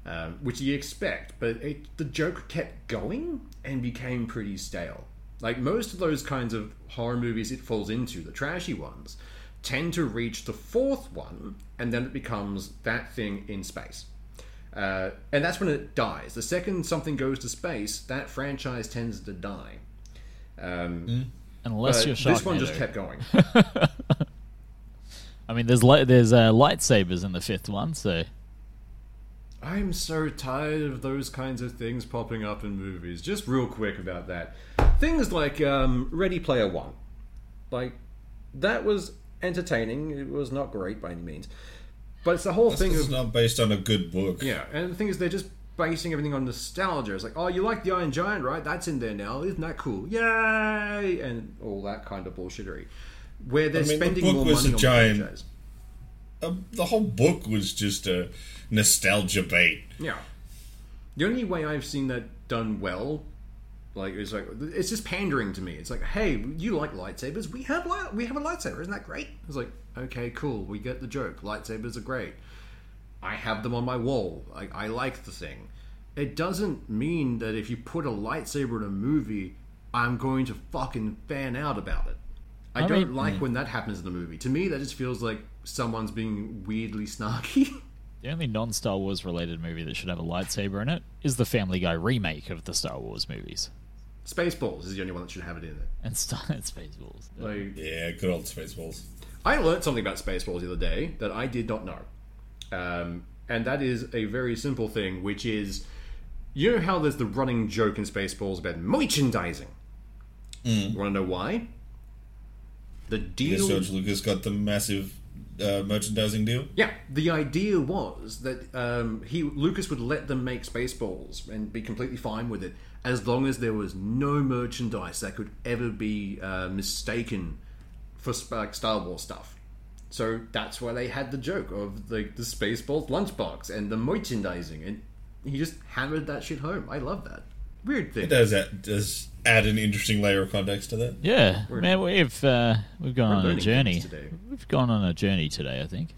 S1: Um, which you expect, but it, the joke kept going and became pretty stale. Like most of those kinds of horror movies it falls into, the trashy ones, tend to reach the fourth one and then it becomes that thing in space. Uh, and that's when it dies. The second something goes to space, that franchise tends to die.
S2: unless
S1: But
S2: you're Sharknado.
S1: Uh, this one just kept going.
S2: I mean, there's li- there's uh, lightsabers in the fifth one, so
S1: I'm so tired of those kinds of things popping up in movies. Just real quick about that. Things like um, Ready Player One. Like, that was entertaining. It was not great by any means. But it's the whole thing
S3: This
S1: of
S3: is not based on a good book.
S1: Yeah, and the thing is, they're just basing everything on nostalgia. It's like, oh, you like the Iron Giant, right? That's in there now. Isn't that cool? Yay! And all that kind of bullshittery. Where they're
S3: I mean, the
S1: spending
S3: book
S1: more
S3: was
S1: money
S3: a
S1: on
S3: giant-
S1: the franchise.
S3: Uh, the whole book was just a nostalgia bait.
S1: Yeah. The only way I've seen that done well, like, is like it's just pandering to me. It's like, hey, you like lightsabers? We have li- we have a lightsaber. Isn't that great? It's like, okay, cool. We get the joke. Lightsabers are great. I have them on my wall. I, I like the thing. It doesn't mean that if you put a lightsaber in a movie, I'm going to fucking fan out about it. I,
S2: I
S1: don't
S2: mean-
S1: like when that happens in the movie. To me, that just feels like someone's being weirdly snarky. *laughs*
S2: the only non-Star Wars related movie that should have a lightsaber in it is the Family Guy remake of the Star Wars movies
S1: Spaceballs is the only one that should have it in it.
S2: and *laughs* Star and Spaceballs.
S1: Like,
S3: Yeah, good old Spaceballs.
S1: I learned something about Spaceballs the other day that I did not know. Um, and that is a very simple thing, which is you know how there's the running joke in Spaceballs about merchandising? You want to know why? The
S3: Yes,
S1: deal.
S3: George Lucas got the massive uh, merchandising deal.
S1: Yeah, the idea was that um, he Lucas would let them make Spaceballs and be completely fine with it as long as there was no merchandise that could ever be uh, mistaken for sp- like Star Wars stuff. So that's why they had the joke of like the Spaceballs lunchbox and the merchandising, and he just hammered that shit home. I love that. Weird thing.
S3: It uh, does that does add an interesting layer of context to that.
S2: Yeah, man, we've uh, we've gone
S1: We're
S2: on a
S1: learning
S2: journey.
S1: things today.
S2: We've gone on a journey today. I think.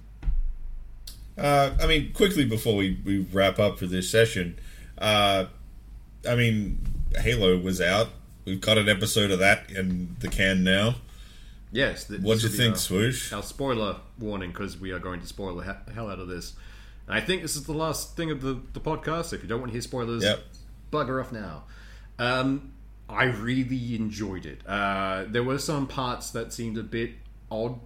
S3: Uh, I mean, quickly before we, we wrap up for this session, uh, I mean, Halo was out. We've got an episode of that in the can now.
S1: Yes. th-
S3: What do
S1: this
S3: you
S1: will be
S3: think,
S1: our-
S3: Swoosh?
S1: Our spoiler warning because we are going to spoil the he- hell out of this. And I think this is the last thing of the, the podcast. If you don't want to hear spoilers,
S3: Yep.
S1: bugger off now. Um, I really enjoyed it. Uh, there were some parts that seemed a bit odd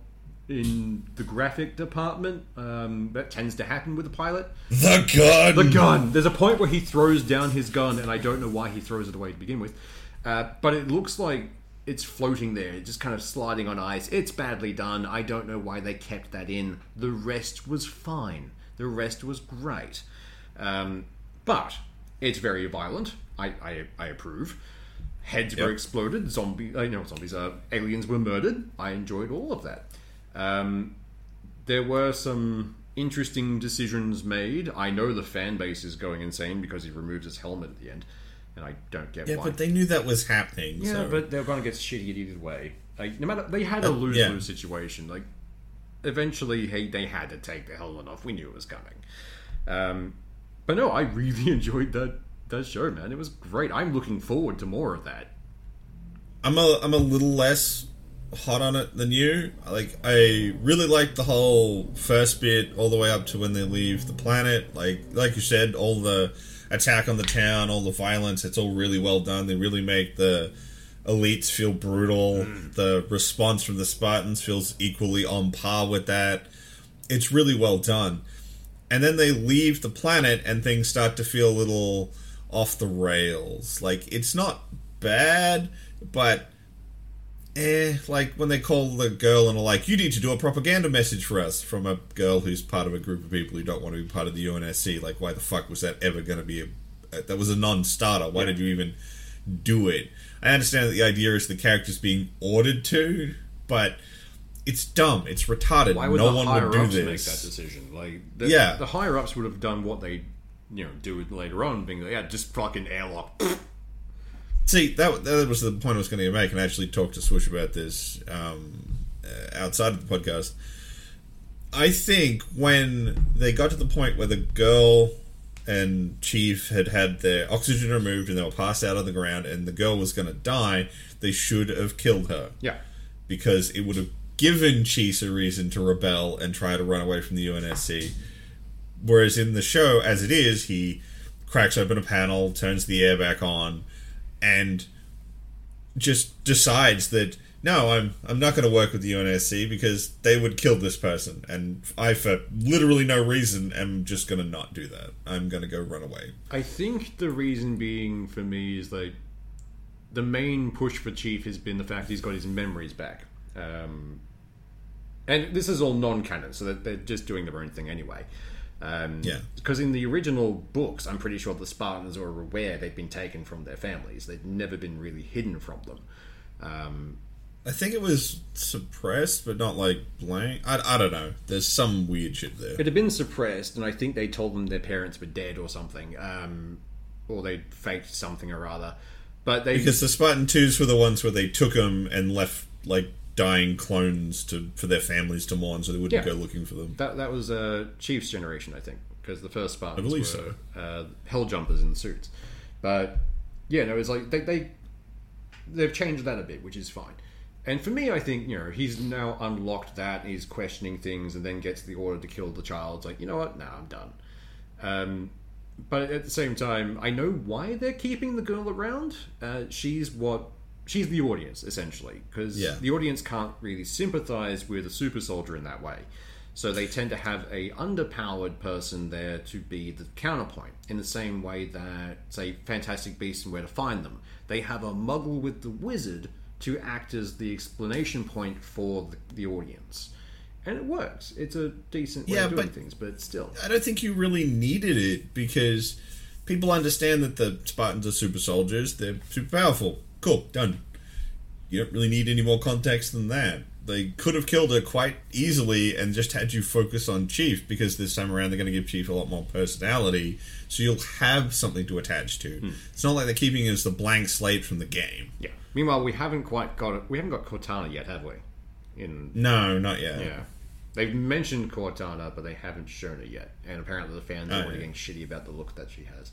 S1: in the graphic department. Um, that tends to happen with the pilot.
S3: The gun.
S1: The gun. There's a point where he throws down his gun, and I don't know why he throws it away to begin with. Uh, but it looks like it's floating there, it's just kind of sliding on ice. It's badly done. I don't know why they kept that in. The rest was fine. The rest was great. Um, but it's very violent. I, I, I approve. Heads were exploded. Zombie. I know zombies are. Aliens were murdered. I enjoyed all of that. Um, there were some interesting decisions made. I know the fan base is going insane because he removes his helmet at the end, and I don't get
S3: Yeah,
S1: why.
S3: but they knew that was happening.
S1: yeah,
S3: so. Uh,
S1: but they're going to get shitty at either way. Like, no matter they had a lose lose
S3: yeah.
S1: situation. Like eventually, hey, they had to take the helmet off. We knew it was coming. Um, but no, I *laughs* really enjoyed that that show, man. It was great. I'm looking forward to more of that.
S3: I'm a I'm a little less hot on it than you. Like I really liked the whole first bit all the way up to when they leave the planet. Like like you said, all the attack on the town, all the violence, it's all really well done. They really make the elites feel brutal. The response from the Spartans feels equally on par with that. It's really well done. And then they leave the planet and things start to feel a little off the rails. Like it's not bad, but eh, like when they call the girl and are like, "You need to do a propaganda message for us," from a girl who's part of a group of people who don't want to be part of the UNSC. Like, why the fuck was that ever going to be a? uh, That was a non-starter. Why did you even do it? I understand that the idea is the characters being ordered to, but it's dumb. It's retarded.
S1: Why would
S3: no
S1: the
S3: one
S1: higher
S3: would do
S1: ups
S3: this.
S1: make that decision? Like, the,
S3: Yeah.
S1: the higher ups would have done what they, you know, do it later on, being like, yeah, just fucking
S3: *laughs*
S1: airlock.
S3: See, that, that was the point I was going to make, and I actually talked to Swoosh about this um, uh, outside of the podcast. I think when they got to the point where the girl and Chief had had their oxygen removed and they were passed out on the ground, and the girl was going to die, they should have killed her
S1: yeah.
S3: because it would have given Chief a reason to rebel and try to run away from the UNSC. Whereas in the show, as it is, he cracks open a panel, turns the air back on, and just decides that no, I'm I'm not going to work with the UNSC because they would kill this person, and I, for literally no reason, am just going to not do that. I'm going to go run away.
S1: I think the reason being for me is like the main push for Chief has been the fact he's got his memories back. Um, and this is all non canon, so that they're just doing their own thing anyway. Um,
S3: Yeah.
S1: Because in the original books, I'm pretty sure the Spartans were aware they'd been taken from their families. They'd never been really hidden from them.
S3: I think it was suppressed, but not like blank. I, I don't know. There's some weird shit there.
S1: It had been suppressed, and I think they told them their parents were dead or something, um, or they faked something or other. But they
S3: Because the Spartan twos were the ones where they took them and left like dying clones to for their families to mourn, so they wouldn't
S1: Yeah.
S3: go looking for them.
S1: that that was uh, Chiefs generation, I think, because the first Spartans
S3: I believe
S1: were uh, hell jumpers in suits. But yeah, no, it's like they, they they've changed that a bit, which is fine. And for me, I think you know he's now unlocked that he's questioning things, and then gets the order to kill the child. It's like you know what? Now I'm done. Um, but at the same time, I know why they're keeping the girl around. Uh, she's what she's the audience essentially, because
S3: Yeah.
S1: the audience can't really sympathize with a super soldier in that way. So they tend to have a underpowered person there to be the counterpoint, in the same way that, say, Fantastic Beasts and Where to Find Them, they have a muggle with the wizard to act as the explanation point for the, the audience, and it works. It's a decent way
S3: Yeah,
S1: of doing
S3: but-
S1: things, but still,
S3: I don't think you really needed it because people understand that the Spartans are super soldiers. They're super powerful. Cool, done. You don't really need any more context than that. they could have killed her quite easily and just had you focus on Chief because this time around they're going to give Chief a lot more personality, so you'll have something to attach to. It's not like they're keeping it as the blank slate from the game.
S1: Yeah. Meanwhile, we haven't quite got it. We haven't got Cortana yet, have we? In
S3: No, not yet.
S1: yeah, they've mentioned Cortana, but they haven't shown it yet. And apparently, the fans are
S3: Oh,
S1: already
S3: yeah.
S1: getting shitty about the look that she has.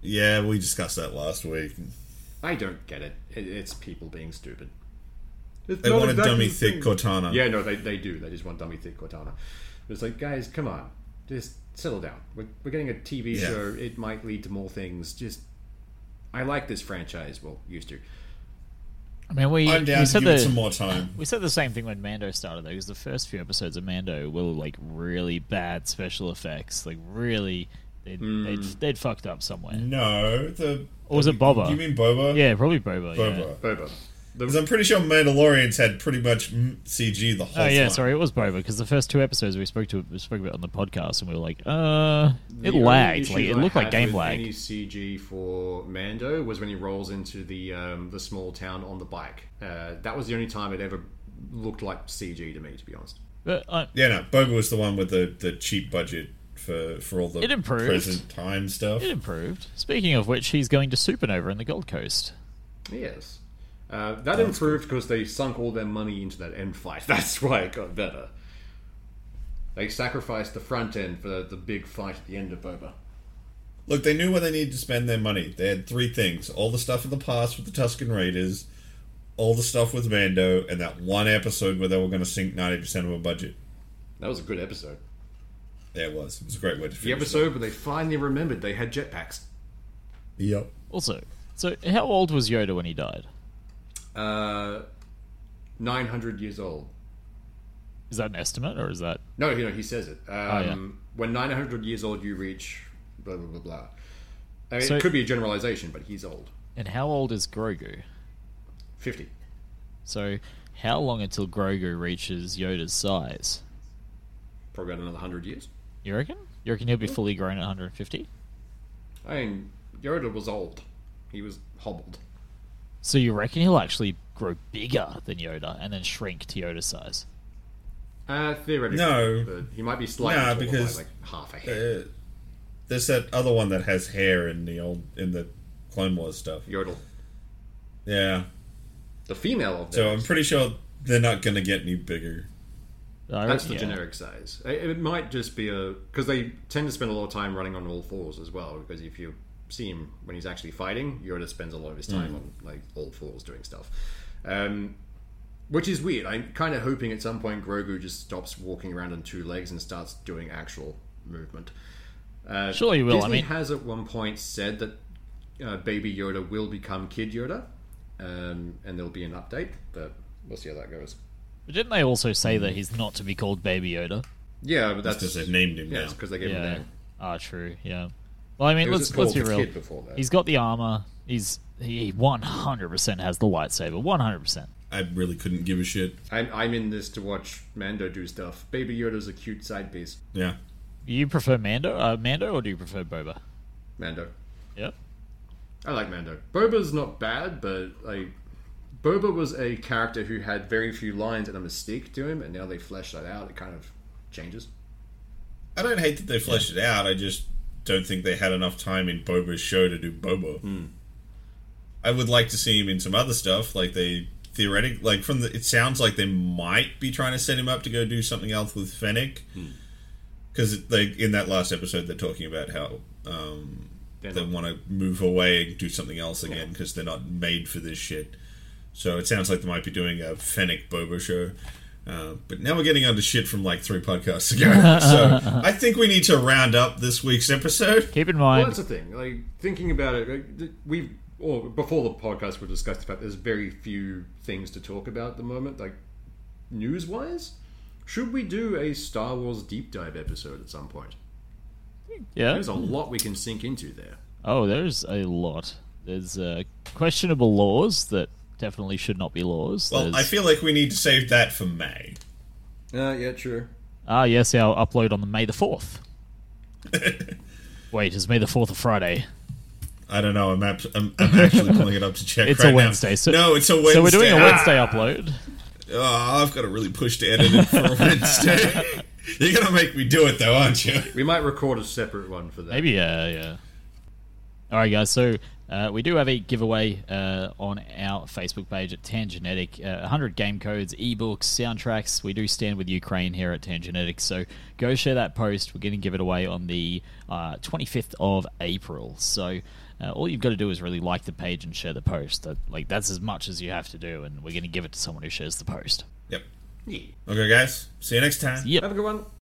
S3: Yeah, we discussed that last week.
S1: I don't get it. it it's people being stupid.
S3: They want a dummy thick Cortana.
S1: Yeah, no, they, they do. They just want dummy thick Cortana. But it's like, guys, come on, just settle down. We're, we're getting a TV
S3: Yeah.
S1: show. It might lead to more things. Just, I like this franchise. Well, used to.
S2: I mean, we,
S3: I'm down
S2: we
S3: to
S2: said
S3: give
S2: the,
S3: it some more time.
S2: we said the same thing when Mando started though, because the first few episodes of Mando were like really bad special effects, like really they'd
S1: Hmm.
S2: they'd, they'd fucked up somewhere.
S3: Mm. No, the
S2: Or was it Boba?
S3: You mean Boba?
S2: Yeah, probably Boba.
S3: Boba.
S2: Yeah.
S1: Boba. The-
S3: 'Cause I'm pretty sure Mandalorians had pretty much mm, CG the whole
S2: Oh
S3: time.
S2: yeah, sorry, it was Boba because the first two episodes we spoke to we spoke about on the podcast, and we were like, uh,
S1: the
S2: it
S1: only
S2: lagged.
S1: issue
S2: Like it
S1: I
S2: looked like
S1: had
S2: game
S1: with
S2: lag.
S1: Any CG for Mando was when he rolls into the um, the small town on the bike. Uh, that was the only time it ever looked like CG to me, to be honest.
S2: But uh, I,
S3: Yeah, no, Boba was the one with the, the cheap budget for, for all the
S2: It improved.
S3: present time stuff.
S2: it improved. Speaking of which, he's going to Supernova in the Gold Coast.
S1: Yes. Uh, that improved because they sunk all their money into that end fight. *laughs* That's why it got better. They sacrificed the front end for the, the big fight at the end of Boba.
S3: Look, they knew where they needed to spend their money. They had three things all the stuff in the past with the Tuscan Raiders, all the stuff with Mando, and that one episode where they were going to sink 90% of a budget.
S1: That was a good episode.
S3: There it was. It was a great way to finish
S1: The
S3: it.
S1: episode where they finally remembered they had jetpacks.
S3: Yep.
S2: Also, so how old was Yoda when he died?
S1: Uh, 900 years old.
S2: Is that an estimate or is that
S1: No, you know, he says it. Um,
S2: Oh, yeah.
S1: When 900 years old, you reach blah, blah, blah, blah. I mean,
S2: So-
S1: it could be a generalization, but he's old.
S2: And how old is Grogu?
S1: 50.
S2: So, how long until Grogu reaches Yoda's size?
S1: Probably about another 100 years.
S2: You reckon? You reckon he'll be fully grown at 150?
S1: I mean, Yoda was old. He was hobbled.
S2: So you reckon he'll actually grow bigger than Yoda and then shrink to Yoda size?
S1: Uh, theoretically,
S3: No.
S1: But he might be slightly
S3: Nah,
S1: taller
S3: because-
S1: by like half a head.
S3: Uh, there's that other one that has hair in the old in the Clone Wars stuff.
S1: Yodel,
S3: Yeah.
S1: the female of
S3: So
S1: them.
S3: I'm pretty sure they're not going to get any bigger.
S2: I
S1: that's the
S2: reckon- Uh, yeah.
S1: generic size. It, it might just be a because they tend to spend a lot of time running on all fours as well. Because if you see him when he's actually fighting, Yoda spends a lot of his
S2: Mm.
S1: time on like all fours doing stuff. Um, which is weird. I'm kind of hoping at some point Grogu just stops walking around on two legs and starts doing actual movement. Uh,
S2: Surely he will, I
S1: Disney
S2: mean-
S1: has at one point said that uh, Baby Yoda will become Kid Yoda, um, and there'll be an update, but we'll see how that goes.
S2: But didn't they also say that he's not to be called Baby Yoda?
S1: Yeah, but that's
S3: Because they've named him
S1: yeah,
S3: now.
S1: because they gave him
S2: Yeah.
S1: that.
S2: Ah, true. Yeah. Well, I mean,
S1: It was
S2: let's
S1: just
S2: let's
S1: called
S2: be
S1: the
S2: real.
S1: kid before that.
S2: He's got the armor. He's he 100% has the lightsaber. 100%.
S3: I really couldn't give a shit.
S1: I'm, I'm in this to watch Mando do stuff. Baby Yoda's a cute side piece.
S3: Yeah.
S2: You prefer Mando, uh, Mando, or do you prefer Boba?
S1: Mando.
S2: Yep.
S1: I like Mando. Boba's not bad, but like Boba was a character who had very few lines and a mystique to him, and now they flesh that out. It kind of changes.
S3: I don't hate that they fleshed it out. I just don't think they had enough time in Boba's show to do Boba. I would like to see him in some other stuff, like they theoretic like from the. It sounds like they might be trying to set him up to go do something else with Fennec,
S1: Hmm.
S3: because they in that last episode they're talking about how um,
S1: They're
S3: they
S1: not-
S3: want to move away and do something else again because they're not made for this shit. So it sounds like they might be doing a Fennec Boba show. Uh, but now we're getting onto shit from like three podcasts ago. so I think we need to round up this week's episode.
S2: Keep in
S1: Well,
S2: mind,
S1: that's the thing. Like thinking about it, like, th- we've or before the podcast we discussed the fact there's very few things to talk about at the moment. Like news wise, should we do a Star Wars deep dive episode at some point?
S2: yeah.
S1: There's a lot we can sink into there.
S2: Oh, there's a lot. There's uh, questionable laws that definitely should not be laws.
S3: Well,
S2: There's-
S3: I feel like we need to save that for May.
S1: Uh, yeah, true.
S2: ah, yes, our upload on the May
S1: *laughs*
S2: the fourth. Wait, is May the fourth a Friday?
S3: I don't know. I'm, abs- I'm, I'm actually pulling it up to check.
S2: *laughs* It's
S3: right
S2: a
S3: now.
S2: Wednesday, so-
S3: no, it's a Wednesday.
S2: So we're doing a
S3: Ah!
S2: Wednesday upload.
S3: oh, I've got to really push to edit it for Wednesday. *laughs* You're gonna make me do it though, aren't you?
S1: We might record a separate one for that.
S2: Maybe, yeah, yeah. All right, guys. So uh, we do have a giveaway uh, on our Facebook page at Tangenetic. Uh, 100 game codes, ebooks, soundtracks. We do stand with Ukraine here at Tangenetic. So go share that post. We're going to give it away on the uh, 25th of April. So. Uh, all you've got to do is really like the page and share the post. That, like that's as much as you have to do, and we're going to give it to someone who shares the post.
S3: Yep.
S1: Yeah.
S3: Okay, guys. See you next time.
S2: Yep.
S1: Have a good one.